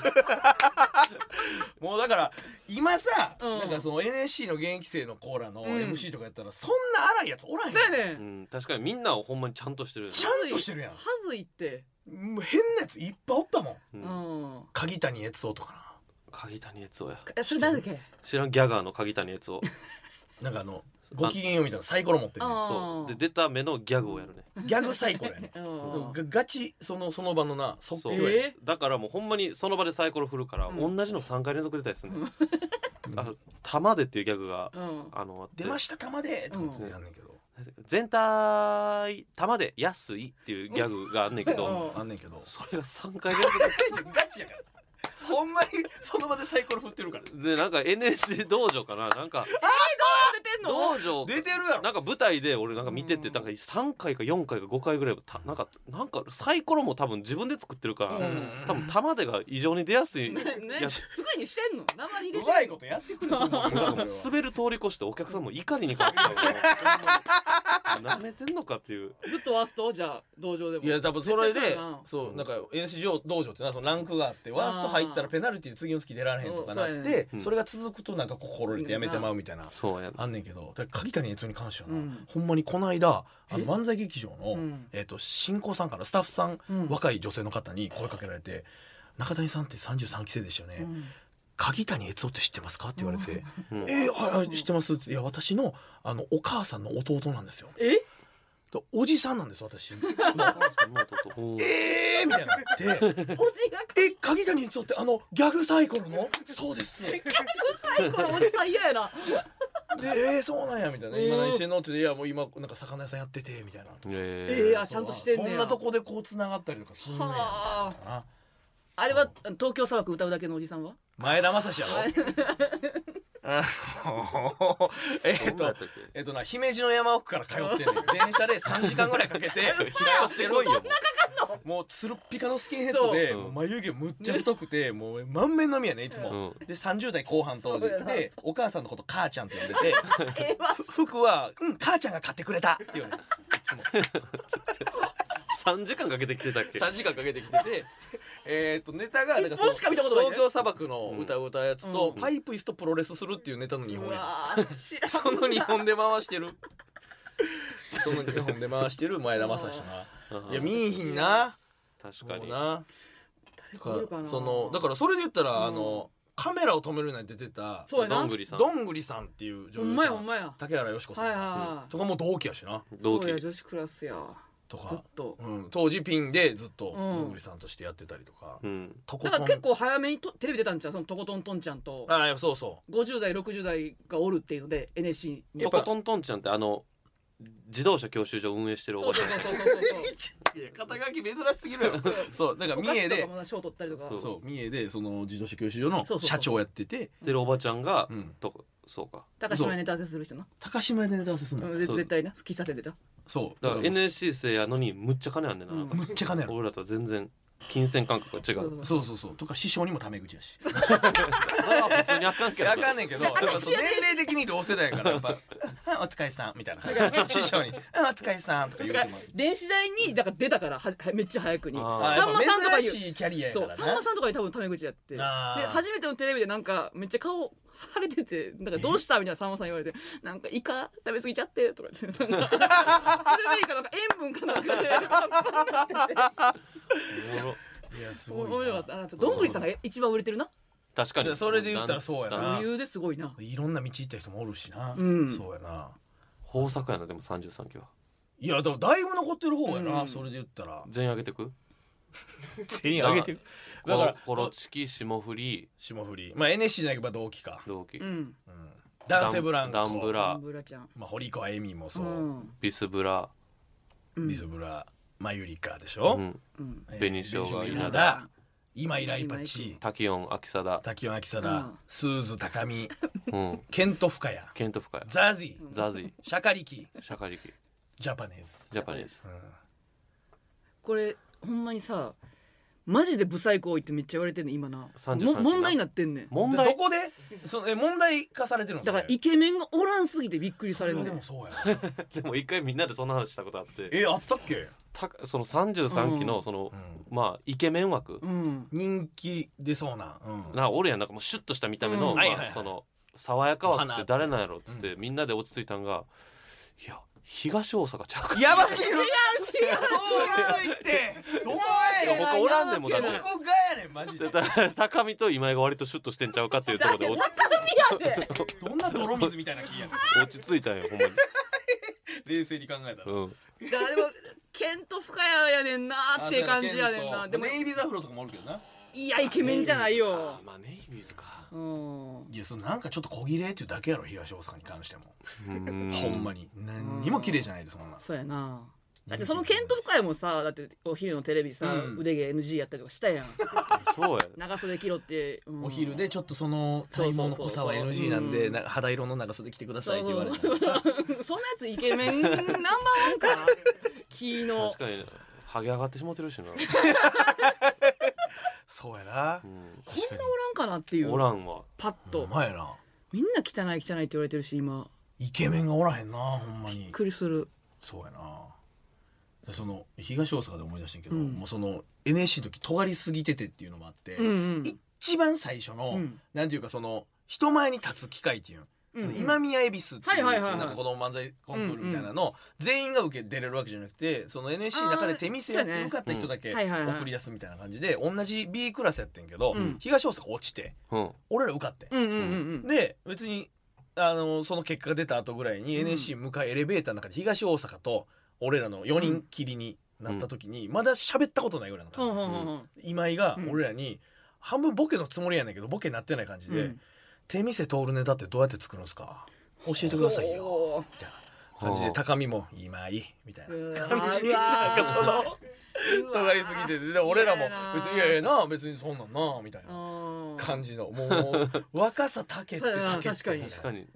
[SPEAKER 1] うもうだから今さ
[SPEAKER 3] うん
[SPEAKER 1] なんかその NSC の現役生のコーラの
[SPEAKER 3] うん
[SPEAKER 1] MC とかやったらそんな荒いやつおらへ
[SPEAKER 3] うんそうや
[SPEAKER 1] やん
[SPEAKER 3] ね
[SPEAKER 2] うんん確かにみんなをほんまにちゃんとしてるよね
[SPEAKER 1] ちゃんとしてるやん
[SPEAKER 3] はずいって
[SPEAKER 1] もう変なやついっぱいおったもん
[SPEAKER 3] う
[SPEAKER 2] う
[SPEAKER 3] んん
[SPEAKER 1] 鍵谷悦夫とかな。
[SPEAKER 2] 鍵谷悦夫や
[SPEAKER 3] えそれなんだっけ
[SPEAKER 2] 知らんギャガーの鍵谷悦夫
[SPEAKER 1] なんかあのご機嫌ようみたいなサイコロ持ってるね
[SPEAKER 3] あ
[SPEAKER 2] そうで出た目のギャグをやるね
[SPEAKER 1] ギャグサイコロや ね
[SPEAKER 3] う
[SPEAKER 1] でも
[SPEAKER 3] ん
[SPEAKER 1] がガチそのその場のな即興
[SPEAKER 2] そう
[SPEAKER 1] やね
[SPEAKER 3] え
[SPEAKER 2] だからもうほんまにその場でサイコロ振るから、
[SPEAKER 3] うん
[SPEAKER 2] 同じの3回連続出たりするの、
[SPEAKER 1] うん
[SPEAKER 2] あ玉でっていうギャグが、
[SPEAKER 3] うん
[SPEAKER 2] あのあって
[SPEAKER 1] 出ました玉でとか言ってやんねんけど、
[SPEAKER 2] 全体玉で安いっていうギャグがあんねんけど、
[SPEAKER 3] うん
[SPEAKER 1] あんねんけど
[SPEAKER 2] それが3回連続
[SPEAKER 1] ガチやから ほんまにその場でサイコロ振ってるから
[SPEAKER 2] でなんか NSC 道場かななんか
[SPEAKER 3] 出てんの
[SPEAKER 2] 道場
[SPEAKER 1] 出てるやろ
[SPEAKER 2] なんか舞台で俺なんか見てて、
[SPEAKER 3] うん
[SPEAKER 2] なんか3回か4回か5回ぐらいたなんかなんかサイコロも多分自分で作ってるから、
[SPEAKER 3] うん
[SPEAKER 2] 多分玉でが異常に出やすい
[SPEAKER 3] ねね
[SPEAKER 2] や
[SPEAKER 3] すごいにしてんの名前入れ
[SPEAKER 1] う
[SPEAKER 3] て
[SPEAKER 1] まいことやってくれと思う
[SPEAKER 2] なん
[SPEAKER 1] よそれ
[SPEAKER 2] か
[SPEAKER 1] は
[SPEAKER 2] 滑る通り越してお客さんも怒りに変わってたなめてんのかっていう
[SPEAKER 3] ずっとワーストじゃあ道場でも
[SPEAKER 1] いや多分それで
[SPEAKER 3] 絶対そうやな
[SPEAKER 1] そうなんか NSC 道場ってなそのランクがあってワースト入ったらペナルティで次の月出られへんとかなっ
[SPEAKER 3] そうそうや
[SPEAKER 1] て
[SPEAKER 3] ね
[SPEAKER 1] それが続くとなんか心折れてやめてまうみたいな
[SPEAKER 2] そうやな
[SPEAKER 1] あんねんけどだから鍵谷悦夫に関してはな、
[SPEAKER 3] うん
[SPEAKER 1] ほんまにこの間あの
[SPEAKER 3] え
[SPEAKER 1] 漫才劇場の、
[SPEAKER 3] うん
[SPEAKER 1] えっと進行さんからスタッフさん、
[SPEAKER 3] うん
[SPEAKER 1] 若い女性の方に声かけられて「中谷さんって33期生でしたよね、
[SPEAKER 3] うん
[SPEAKER 1] 鍵谷悦夫って知ってますか?」って言われて「
[SPEAKER 2] うん
[SPEAKER 1] えー、はいはい知ってます」って「いや私のあのお母さんの弟なんですよ」
[SPEAKER 3] え
[SPEAKER 1] だおじさんなんで す私
[SPEAKER 2] そんなことほう
[SPEAKER 1] えーみたいになって
[SPEAKER 3] おじが
[SPEAKER 1] 「え鍵谷悦夫ってあのギャグサイコロのそうです」
[SPEAKER 3] 最高のおじさん嫌やな
[SPEAKER 1] で「えー、そうなんや」みたいな「今何してんの?」って言って「いやもう今なんか魚屋さんやってて」みたいな。
[SPEAKER 2] え
[SPEAKER 3] えーあちゃんとしてんねや
[SPEAKER 1] そんなとこでこうつながったりとかすんねんやみたいなな
[SPEAKER 3] あれはあの東京砂漠歌うだけのおじさんは
[SPEAKER 1] 前田正史やろあの え
[SPEAKER 2] え
[SPEAKER 1] っとえっとな姫路の山奥から通ってんねん電車で3時間ぐらいかけて 平行してる
[SPEAKER 2] ロいよもう
[SPEAKER 1] もうつるっぴかのスキンヘッドで
[SPEAKER 2] そう
[SPEAKER 1] もう眉毛むっちゃ太くてもう満面のみやねいつも
[SPEAKER 2] う
[SPEAKER 1] で30代後半当時
[SPEAKER 3] そうやな
[SPEAKER 1] でお母さんのこと母ちゃんって呼んでて
[SPEAKER 3] えわ
[SPEAKER 1] ふ服は「うん母ちゃんが買ってくれた」って言うねんいつも
[SPEAKER 2] 3時間かけてきてたっけ
[SPEAKER 1] 3時間かけてきてて えーっとネタがなんか
[SPEAKER 3] 一
[SPEAKER 1] その
[SPEAKER 3] 本しか見たことないね
[SPEAKER 1] 東京砂漠の歌を歌うやつと、
[SPEAKER 3] うん
[SPEAKER 1] パイプ椅子とプロレスするっていうネタの日
[SPEAKER 3] う
[SPEAKER 1] 本や
[SPEAKER 3] わー知らん
[SPEAKER 1] その日本で回 してるその日本で回してる前田正史な
[SPEAKER 2] うん
[SPEAKER 1] いや見いひんな
[SPEAKER 2] 確か
[SPEAKER 1] もう
[SPEAKER 2] に
[SPEAKER 1] なと
[SPEAKER 3] できるか
[SPEAKER 1] か
[SPEAKER 3] な
[SPEAKER 1] そのだからそれで言ったら、
[SPEAKER 3] うん
[SPEAKER 1] あのカメラを止めるなんて出てた
[SPEAKER 3] そうやな
[SPEAKER 2] どんぐりさん
[SPEAKER 1] どんぐりさんっていう女優さ
[SPEAKER 3] ほ
[SPEAKER 1] ん
[SPEAKER 3] んまやほんまや
[SPEAKER 1] 竹原よしこさん、
[SPEAKER 3] はいはいはい
[SPEAKER 1] とかもう同期やしな
[SPEAKER 2] 同
[SPEAKER 3] そうや
[SPEAKER 2] 期
[SPEAKER 3] 女子クラスや
[SPEAKER 1] と
[SPEAKER 3] ずっ
[SPEAKER 1] か、
[SPEAKER 3] と
[SPEAKER 1] うん、当時ピンでずっと
[SPEAKER 3] ん
[SPEAKER 1] どんぐりさんとしてやってたりとか、
[SPEAKER 2] うん
[SPEAKER 1] とこ
[SPEAKER 3] だ
[SPEAKER 1] と
[SPEAKER 3] か
[SPEAKER 1] ん
[SPEAKER 3] ら結構早めにとテレビ出たんちゃうそのとことんとんちゃんと
[SPEAKER 1] ああいやそうそう
[SPEAKER 3] 50代60代がおるっていうので NSC に
[SPEAKER 2] とことんとんちゃんってあの自動車教習所運営してるお
[SPEAKER 3] そ
[SPEAKER 2] ば
[SPEAKER 3] う
[SPEAKER 2] ち
[SPEAKER 3] そ
[SPEAKER 2] ゃ
[SPEAKER 3] うんそうそうそうそう
[SPEAKER 1] いや肩書き珍しすぎるよ そうだから
[SPEAKER 3] お
[SPEAKER 1] 三
[SPEAKER 3] 菓子とか
[SPEAKER 1] 重で
[SPEAKER 3] もな賞取ったりとか
[SPEAKER 2] そう
[SPEAKER 1] そう三重でその自動車教習所の
[SPEAKER 3] そうそうそう
[SPEAKER 1] 社長やってて
[SPEAKER 2] ってるおばちゃんが、
[SPEAKER 1] うん
[SPEAKER 2] とそうか
[SPEAKER 3] 高島屋ネタ合わせする人な
[SPEAKER 1] 高島屋でネタ合わせするの、
[SPEAKER 3] うんぜ
[SPEAKER 2] そう
[SPEAKER 3] 絶対な喫茶店でな
[SPEAKER 1] そう
[SPEAKER 2] だから
[SPEAKER 1] だから
[SPEAKER 2] NSC 生やのにむっちゃ金あんねんな,、
[SPEAKER 3] うん
[SPEAKER 1] むっちゃ金やろ
[SPEAKER 2] 俺らとは全然金銭感覚が違う
[SPEAKER 3] そう
[SPEAKER 1] そうそうそうとか師匠にもタメ口やし
[SPEAKER 2] それは普通にあかんけど
[SPEAKER 1] あかんねんけどやっぱそう年齢的に同世代やから やっぱ「はいお疲れさん」みたいな師匠に「うんお疲れさん」とか言うてもらう
[SPEAKER 3] 電子代にだから出たからははめっちゃ早くに
[SPEAKER 2] あー
[SPEAKER 1] あー
[SPEAKER 3] さんまさんとか
[SPEAKER 1] や
[SPEAKER 3] 言
[SPEAKER 1] っぱ
[SPEAKER 3] う
[SPEAKER 1] 珍しいキャリアやか
[SPEAKER 3] そう
[SPEAKER 1] ら
[SPEAKER 3] さんま
[SPEAKER 1] な
[SPEAKER 3] さんとかに多分タメ口やってで
[SPEAKER 1] あー
[SPEAKER 3] 初めてのテレビでなんかめっちゃ顔腫れててなんかどうしたみたいなさんまさん言われてなんかイカ食べ過ぎちゃってとか言ってなんかスルメイカなんか塩分かなんかでパンパンになってて
[SPEAKER 2] おもろ
[SPEAKER 1] いやす
[SPEAKER 3] 面
[SPEAKER 1] ごい
[SPEAKER 3] 白
[SPEAKER 1] な
[SPEAKER 3] かったあとどんぐりさんが一番売れてるな
[SPEAKER 2] 確か
[SPEAKER 1] い
[SPEAKER 2] に
[SPEAKER 1] やそれで言ったらそうやな
[SPEAKER 2] だ
[SPEAKER 1] あ
[SPEAKER 3] 余裕ですごいない
[SPEAKER 1] ろんな道行った人もおるしな、
[SPEAKER 3] うん
[SPEAKER 1] そうやな
[SPEAKER 2] 豊作やなでも33期はい
[SPEAKER 1] やでもだいぶ残ってる方やな、
[SPEAKER 3] うん
[SPEAKER 1] それで言ったら
[SPEAKER 2] 全員上げてく
[SPEAKER 1] 全員
[SPEAKER 2] 上げてる
[SPEAKER 1] だから
[SPEAKER 2] コロコロチキ霜降り
[SPEAKER 1] 霜降りまあ NSC じゃなければ同期か、
[SPEAKER 2] 同期、
[SPEAKER 3] うん
[SPEAKER 1] うん、男性ブランコ
[SPEAKER 2] ダンブラ
[SPEAKER 3] ブラちゃん
[SPEAKER 1] まあ、堀川恵美もそう、
[SPEAKER 3] ん
[SPEAKER 2] ビスブラ、
[SPEAKER 3] うん
[SPEAKER 1] ビズブラマユリカでし
[SPEAKER 2] う
[SPEAKER 1] ょ、
[SPEAKER 2] ん、
[SPEAKER 3] うん
[SPEAKER 1] えー
[SPEAKER 2] 紅生姜
[SPEAKER 1] 紅生姜稲
[SPEAKER 2] 稲
[SPEAKER 1] 田
[SPEAKER 2] 田
[SPEAKER 1] 今井来パチ
[SPEAKER 2] 滝音秋 貞、
[SPEAKER 1] 滝尾明貞、
[SPEAKER 3] うん
[SPEAKER 1] スーズ高見
[SPEAKER 2] うん、
[SPEAKER 1] ケント深谷
[SPEAKER 2] ケントフカヤ
[SPEAKER 1] ザジー
[SPEAKER 2] ザジ
[SPEAKER 1] シャカリキ
[SPEAKER 2] シャカリキ
[SPEAKER 1] ジャパネーズ、
[SPEAKER 2] ジャパニー ズ
[SPEAKER 1] う
[SPEAKER 3] これほんまにさマジで不細工言ってめっちゃ言われてんねん今な
[SPEAKER 2] 33
[SPEAKER 3] も問題になってんねん
[SPEAKER 1] ん、
[SPEAKER 2] 問
[SPEAKER 1] で
[SPEAKER 2] 題
[SPEAKER 1] どこでそのえ問題化されてるんです
[SPEAKER 3] だからイケメンがおらんすぎてびっくりさ
[SPEAKER 1] そ
[SPEAKER 3] れ
[SPEAKER 1] れ
[SPEAKER 3] る
[SPEAKER 1] は
[SPEAKER 3] ね
[SPEAKER 1] で
[SPEAKER 3] ん
[SPEAKER 1] もそうや な
[SPEAKER 2] でも一回みんなでそんな話したことあって
[SPEAKER 1] えあったっけ
[SPEAKER 2] たその33期のその、
[SPEAKER 1] う
[SPEAKER 2] まあイケメン枠、
[SPEAKER 3] うん
[SPEAKER 1] 人気出そうな、うん、
[SPEAKER 2] な俺やんなんかもうシュッとした見た目の、
[SPEAKER 3] うん
[SPEAKER 2] ま
[SPEAKER 1] はいはいは
[SPEAKER 2] あ
[SPEAKER 1] い
[SPEAKER 2] その爽やか枠っ
[SPEAKER 1] 花
[SPEAKER 2] て誰なんやろっつって、
[SPEAKER 1] う
[SPEAKER 2] みんなで落ち着いたんがいや東大阪ちゃうか
[SPEAKER 1] やばすぎる
[SPEAKER 3] 違う違う
[SPEAKER 1] そういうってどこ
[SPEAKER 2] い
[SPEAKER 1] やね
[SPEAKER 2] や
[SPEAKER 1] んど
[SPEAKER 2] 他おらんでもだっ
[SPEAKER 1] こ
[SPEAKER 2] て
[SPEAKER 1] がやねんマジで
[SPEAKER 2] でた高見と今井が割とシュッとしてんちゃうかっていうところで 落ち
[SPEAKER 1] どんな泥水みたいな気やねん
[SPEAKER 2] 落ち着いたんよほんまに、
[SPEAKER 1] 冷静に考えたら
[SPEAKER 2] うん、
[SPEAKER 3] だからでもケント深谷やねんなーって感じやねんなでも
[SPEAKER 1] ネイビーザフロとかもあるけどない
[SPEAKER 3] やイケメンじゃないよ
[SPEAKER 2] あまあネイビーズか
[SPEAKER 3] うん
[SPEAKER 1] いやそのなんかちょっと小切れっていうだけやろ東大阪に関しても、ほ
[SPEAKER 2] ほ
[SPEAKER 1] んまに何にも綺麗じゃないですそんな
[SPEAKER 3] そうやなだってそのケント深谷もさだってお昼のテレビさ、
[SPEAKER 1] うん
[SPEAKER 3] 腕毛 NG やったりとかしたやん
[SPEAKER 2] そうや
[SPEAKER 3] 長袖着ろって、うん
[SPEAKER 1] お昼でちょっとその体毛の濃さは
[SPEAKER 3] そうそうそうそう
[SPEAKER 1] NG なんで
[SPEAKER 3] うん
[SPEAKER 1] な肌色の長袖着てくだ
[SPEAKER 3] そ
[SPEAKER 1] さいって言われ
[SPEAKER 3] う
[SPEAKER 1] て
[SPEAKER 3] そうそんなやつイケメンナンバーワンかな気の
[SPEAKER 2] 確かにハゲ上がってしもてる しな、
[SPEAKER 1] そうやな
[SPEAKER 2] う
[SPEAKER 1] 確か
[SPEAKER 3] おらんかなってい
[SPEAKER 2] ん、
[SPEAKER 3] う
[SPEAKER 2] おらんわ
[SPEAKER 3] パッ
[SPEAKER 1] に
[SPEAKER 3] と
[SPEAKER 1] お前やな
[SPEAKER 3] みんな汚い汚いって言われてるし今
[SPEAKER 1] イケメンがおらへんなほんまに
[SPEAKER 3] びっくりする
[SPEAKER 1] そうやなでその東大阪で思い出してんけど、
[SPEAKER 3] うん
[SPEAKER 1] もうその NSC の時尖りすぎててっていうのもあって、
[SPEAKER 3] うんうん
[SPEAKER 1] 一番最初の、
[SPEAKER 3] うん
[SPEAKER 1] なんていうかその人前に立つ機会っていうの、
[SPEAKER 3] うん
[SPEAKER 1] その今宮恵比寿っていう、
[SPEAKER 3] はいはいはいはい
[SPEAKER 1] なんか子供漫才コンクールみたいなの、全員が受け出れるわけじゃなくてその NSC の中で手見せやって
[SPEAKER 3] あー
[SPEAKER 1] 受かった人だけ
[SPEAKER 3] そうやねうんはいはいはい
[SPEAKER 1] 送り出すみたいな感じで同じ B クラスやってんけど、
[SPEAKER 3] うん
[SPEAKER 1] 東大阪落ちて
[SPEAKER 2] うん
[SPEAKER 1] 俺ら受かって
[SPEAKER 3] う
[SPEAKER 1] ん、
[SPEAKER 3] んうんうん
[SPEAKER 1] で別にあのその結果が出た後ぐらいに
[SPEAKER 3] うん
[SPEAKER 1] NSC 向かいエレベーターの中で東大阪と俺らの4人きりになった時に、まだ喋ったことないぐらいの
[SPEAKER 3] うん
[SPEAKER 1] 感じ
[SPEAKER 3] う
[SPEAKER 1] です、
[SPEAKER 3] んうんうん
[SPEAKER 1] 今井が俺らに半分ボケのつもりやねんけどボケなってない感じで「
[SPEAKER 3] うん
[SPEAKER 1] 手見せ通るネタってどうやって作るんすか教えてくださいよ」
[SPEAKER 3] おー
[SPEAKER 1] みたいな感じで
[SPEAKER 2] ほう
[SPEAKER 1] 高見も「今井」みたいうな。
[SPEAKER 3] わ
[SPEAKER 1] 感じなんかその尖りすぎててで俺らも別に「いやいやな別にそんなんな」みたいな感
[SPEAKER 3] じ
[SPEAKER 1] じのもう若さたけっ
[SPEAKER 3] そ
[SPEAKER 1] て
[SPEAKER 3] うやな
[SPEAKER 1] たけって
[SPEAKER 3] 確かに
[SPEAKER 2] 確かに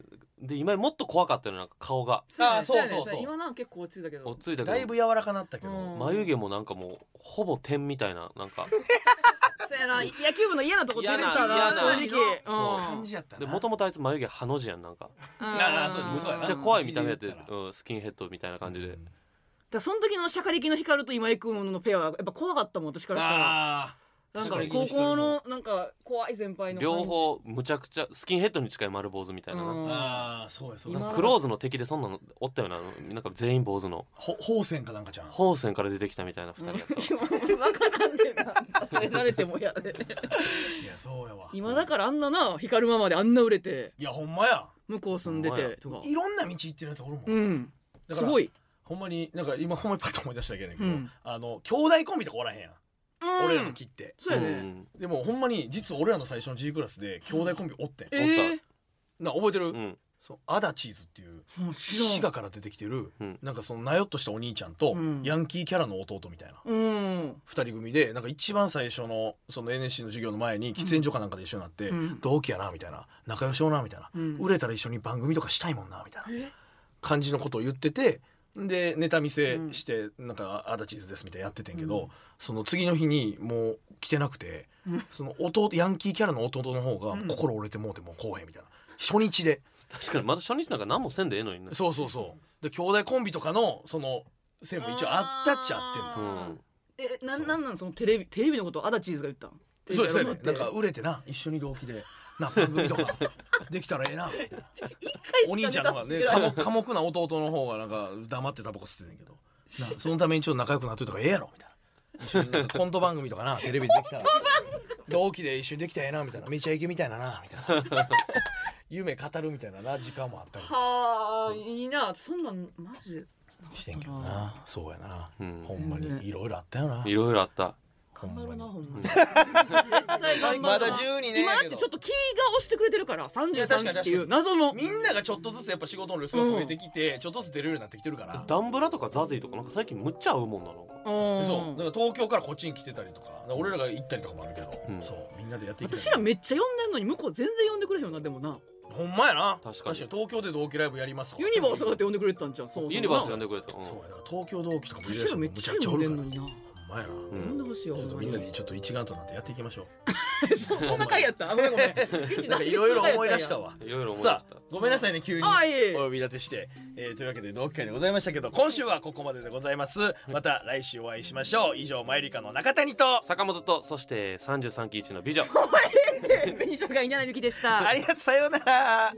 [SPEAKER 2] で今井もっと怖かったよなんか顔が
[SPEAKER 3] あ
[SPEAKER 1] あそうそうそう
[SPEAKER 3] 今なんか結構落ち着いたけ
[SPEAKER 2] 落
[SPEAKER 3] ど
[SPEAKER 2] ち着いた
[SPEAKER 1] だ
[SPEAKER 2] け
[SPEAKER 1] い
[SPEAKER 2] ど
[SPEAKER 1] ぶ柔らかなったけど、
[SPEAKER 3] うん
[SPEAKER 2] 眉毛もなんかもうほぼ点みたいななんか
[SPEAKER 3] そうやな野球部の嫌なとこ出てきた
[SPEAKER 2] 嫌な
[SPEAKER 3] な
[SPEAKER 2] 嫌
[SPEAKER 3] 正
[SPEAKER 2] なそう
[SPEAKER 3] 直
[SPEAKER 1] 感じやった
[SPEAKER 2] で
[SPEAKER 1] な
[SPEAKER 2] もともとあいつ眉毛ハの字やんなんか
[SPEAKER 1] なあそう
[SPEAKER 3] うん
[SPEAKER 1] そうや
[SPEAKER 2] め
[SPEAKER 1] な
[SPEAKER 2] っちゃ怖い見た目やって、
[SPEAKER 1] うん
[SPEAKER 2] うん、スキンヘッドみたいな感じで、
[SPEAKER 1] うん
[SPEAKER 3] だからその時のシャカリキの光と今井君のペアはやっぱ怖かったもん私からしたら
[SPEAKER 1] あ
[SPEAKER 3] なんかね高校のなんか怖い先輩の
[SPEAKER 2] 両方むちゃくちゃスキンヘッドに近い丸坊主みたいなな、
[SPEAKER 3] うん
[SPEAKER 1] ああそうやそう
[SPEAKER 2] なん
[SPEAKER 1] や
[SPEAKER 2] かクローズの敵でそんなのおったよななんか全員坊主の
[SPEAKER 1] ほ方線かなんかちゃん
[SPEAKER 2] 本線から出てきたみたいな二人やったわ
[SPEAKER 3] 分からんねんな慣れてもや で
[SPEAKER 1] いやそうやわ
[SPEAKER 3] 今だからあんなな光るままであんな売れて
[SPEAKER 1] いやほんまや
[SPEAKER 3] 向こう住んで
[SPEAKER 2] ほんまや
[SPEAKER 3] てとか
[SPEAKER 1] いろんな道行ってるやつおるもん、
[SPEAKER 3] うん
[SPEAKER 1] だか
[SPEAKER 3] す
[SPEAKER 1] ら
[SPEAKER 3] ごい
[SPEAKER 1] ほんまになんか今ほんまにパッと思い出しただけやねんけど、
[SPEAKER 3] うん
[SPEAKER 1] あの兄弟コンビとかおらへんやん、
[SPEAKER 3] うん
[SPEAKER 1] 俺らの木って
[SPEAKER 3] そうや
[SPEAKER 2] う
[SPEAKER 3] ね
[SPEAKER 2] ん
[SPEAKER 1] でもほんまに実は俺らの最初の G クラスで兄弟コンビおってん、
[SPEAKER 3] え
[SPEAKER 2] お
[SPEAKER 3] ー
[SPEAKER 1] な覚えてる、
[SPEAKER 2] うん
[SPEAKER 1] そうアダチーズっていう
[SPEAKER 3] うん
[SPEAKER 1] 滋
[SPEAKER 3] 知ら
[SPEAKER 1] 賀から出てきてる、
[SPEAKER 2] うん
[SPEAKER 1] なんかそのなよっとしたお兄ちゃんと、
[SPEAKER 3] うん
[SPEAKER 1] ヤンキーキャラの弟みたいなん
[SPEAKER 3] うん
[SPEAKER 1] 二人組でなんか一番最初のその NSC の授業の前に喫煙所かなんかで一緒になって、
[SPEAKER 3] うん
[SPEAKER 1] 同期やなみたいな仲良しようなみたいな、
[SPEAKER 3] うん
[SPEAKER 1] 売れたら一緒に番組とかしたいもんなみたいな
[SPEAKER 3] え
[SPEAKER 1] 感じのことを言っててでネタ見せして、なんか「アダチーズです」みたいなやっててんけど、
[SPEAKER 3] うん
[SPEAKER 1] その次の日にもう来てなくて、
[SPEAKER 3] うん
[SPEAKER 1] その弟ヤンキーキャラの弟の方が
[SPEAKER 3] うん
[SPEAKER 1] 心折れてもうてもうこうへんみたいな初日で
[SPEAKER 2] 確かにまだ初日なんか何もせんでええのにね
[SPEAKER 1] そうそうそうで兄弟コンビとかのその線も一応あったっちゃあってんの
[SPEAKER 3] あ
[SPEAKER 2] う
[SPEAKER 3] ー
[SPEAKER 2] ん
[SPEAKER 3] えなんなんなんそのテレビテレビのことをアダチーズが言ったん
[SPEAKER 1] そうです
[SPEAKER 3] テレ
[SPEAKER 1] ね
[SPEAKER 3] ビ。や
[SPEAKER 1] な
[SPEAKER 3] ろ
[SPEAKER 1] んか売れてな、一緒に同期で、な、番組とか、 できたらええ な。お兄ちゃんの方がね、寡黙寡黙な弟の方がなんか黙ってタバコ吸ってんけど、 なそのためにちょっと仲良くなっといた方がええやろ、みたいな。一緒になんかコント番組とかな、テレビでできたら。同期で一緒にできたらええな、みたいな。めちゃイケみたいなな、みたいな。 夢語るみたいなな、時間もあったり
[SPEAKER 3] はあいいなそんなんマジで
[SPEAKER 1] してんけどな。そうやな。
[SPEAKER 2] うん
[SPEAKER 1] ほんま
[SPEAKER 3] ね
[SPEAKER 1] に、いろいろあったよな。
[SPEAKER 2] いろいろあった
[SPEAKER 1] ほ
[SPEAKER 3] 頑張
[SPEAKER 1] んま
[SPEAKER 3] る
[SPEAKER 1] に
[SPEAKER 3] なほんまに絶対頑張るな
[SPEAKER 1] まだ12年やけど
[SPEAKER 3] 今だってちょっと気が押してくれてるから
[SPEAKER 1] や確か
[SPEAKER 3] 33期っ
[SPEAKER 1] に
[SPEAKER 3] てい
[SPEAKER 1] 確か
[SPEAKER 3] う
[SPEAKER 1] に
[SPEAKER 3] 謎の
[SPEAKER 1] みんながちょっとずつやっぱ仕事の量数が増えてきて、ちょっとずつ出るようになってきてるから。
[SPEAKER 2] ダンブラとかザゼイとかなんか最近むっちゃ合うもんなの
[SPEAKER 3] うん
[SPEAKER 1] そうだから東京からこっちに来てたりとかだから俺らが行ったりとかもあるけど、
[SPEAKER 2] うん
[SPEAKER 1] そうみんなでやっていきたい
[SPEAKER 3] 私らめっちゃ呼んでんのに向こう全然呼んでくれへんよなでもな
[SPEAKER 1] ほんまやな
[SPEAKER 2] 確かに
[SPEAKER 1] 東京で同期ライブやりますとか
[SPEAKER 3] ユニバースだって呼んでくれてたんじゃんそうそう
[SPEAKER 2] ユニバース呼んでくれた
[SPEAKER 1] そう
[SPEAKER 2] う
[SPEAKER 1] やだから東京同期とかも
[SPEAKER 3] 私らめっちゃ呼んでんのにな
[SPEAKER 1] ほんまやな、
[SPEAKER 2] ん
[SPEAKER 3] 呼んでほしいよ
[SPEAKER 1] ち
[SPEAKER 3] ほ
[SPEAKER 1] ょっ
[SPEAKER 3] ん
[SPEAKER 1] と
[SPEAKER 3] ま
[SPEAKER 1] みんなで
[SPEAKER 3] に
[SPEAKER 1] ちょっと一丸となってやっていきましょ
[SPEAKER 3] そそんな回やったあごめんごめん
[SPEAKER 1] う なんかいろいろ思い出 したわ
[SPEAKER 2] んいろいろ思い出し
[SPEAKER 1] さあごめんなさいね急に
[SPEAKER 3] あいえいえ
[SPEAKER 1] お呼び立てして、えーというわけで同期会でございましたけど今週はここまででございますまた来週お会いしましょう以上マユリカの中谷と
[SPEAKER 2] た坂本とそして33期一の美女
[SPEAKER 3] 紅生姜稲田由紀でした
[SPEAKER 1] ありがとうさようなら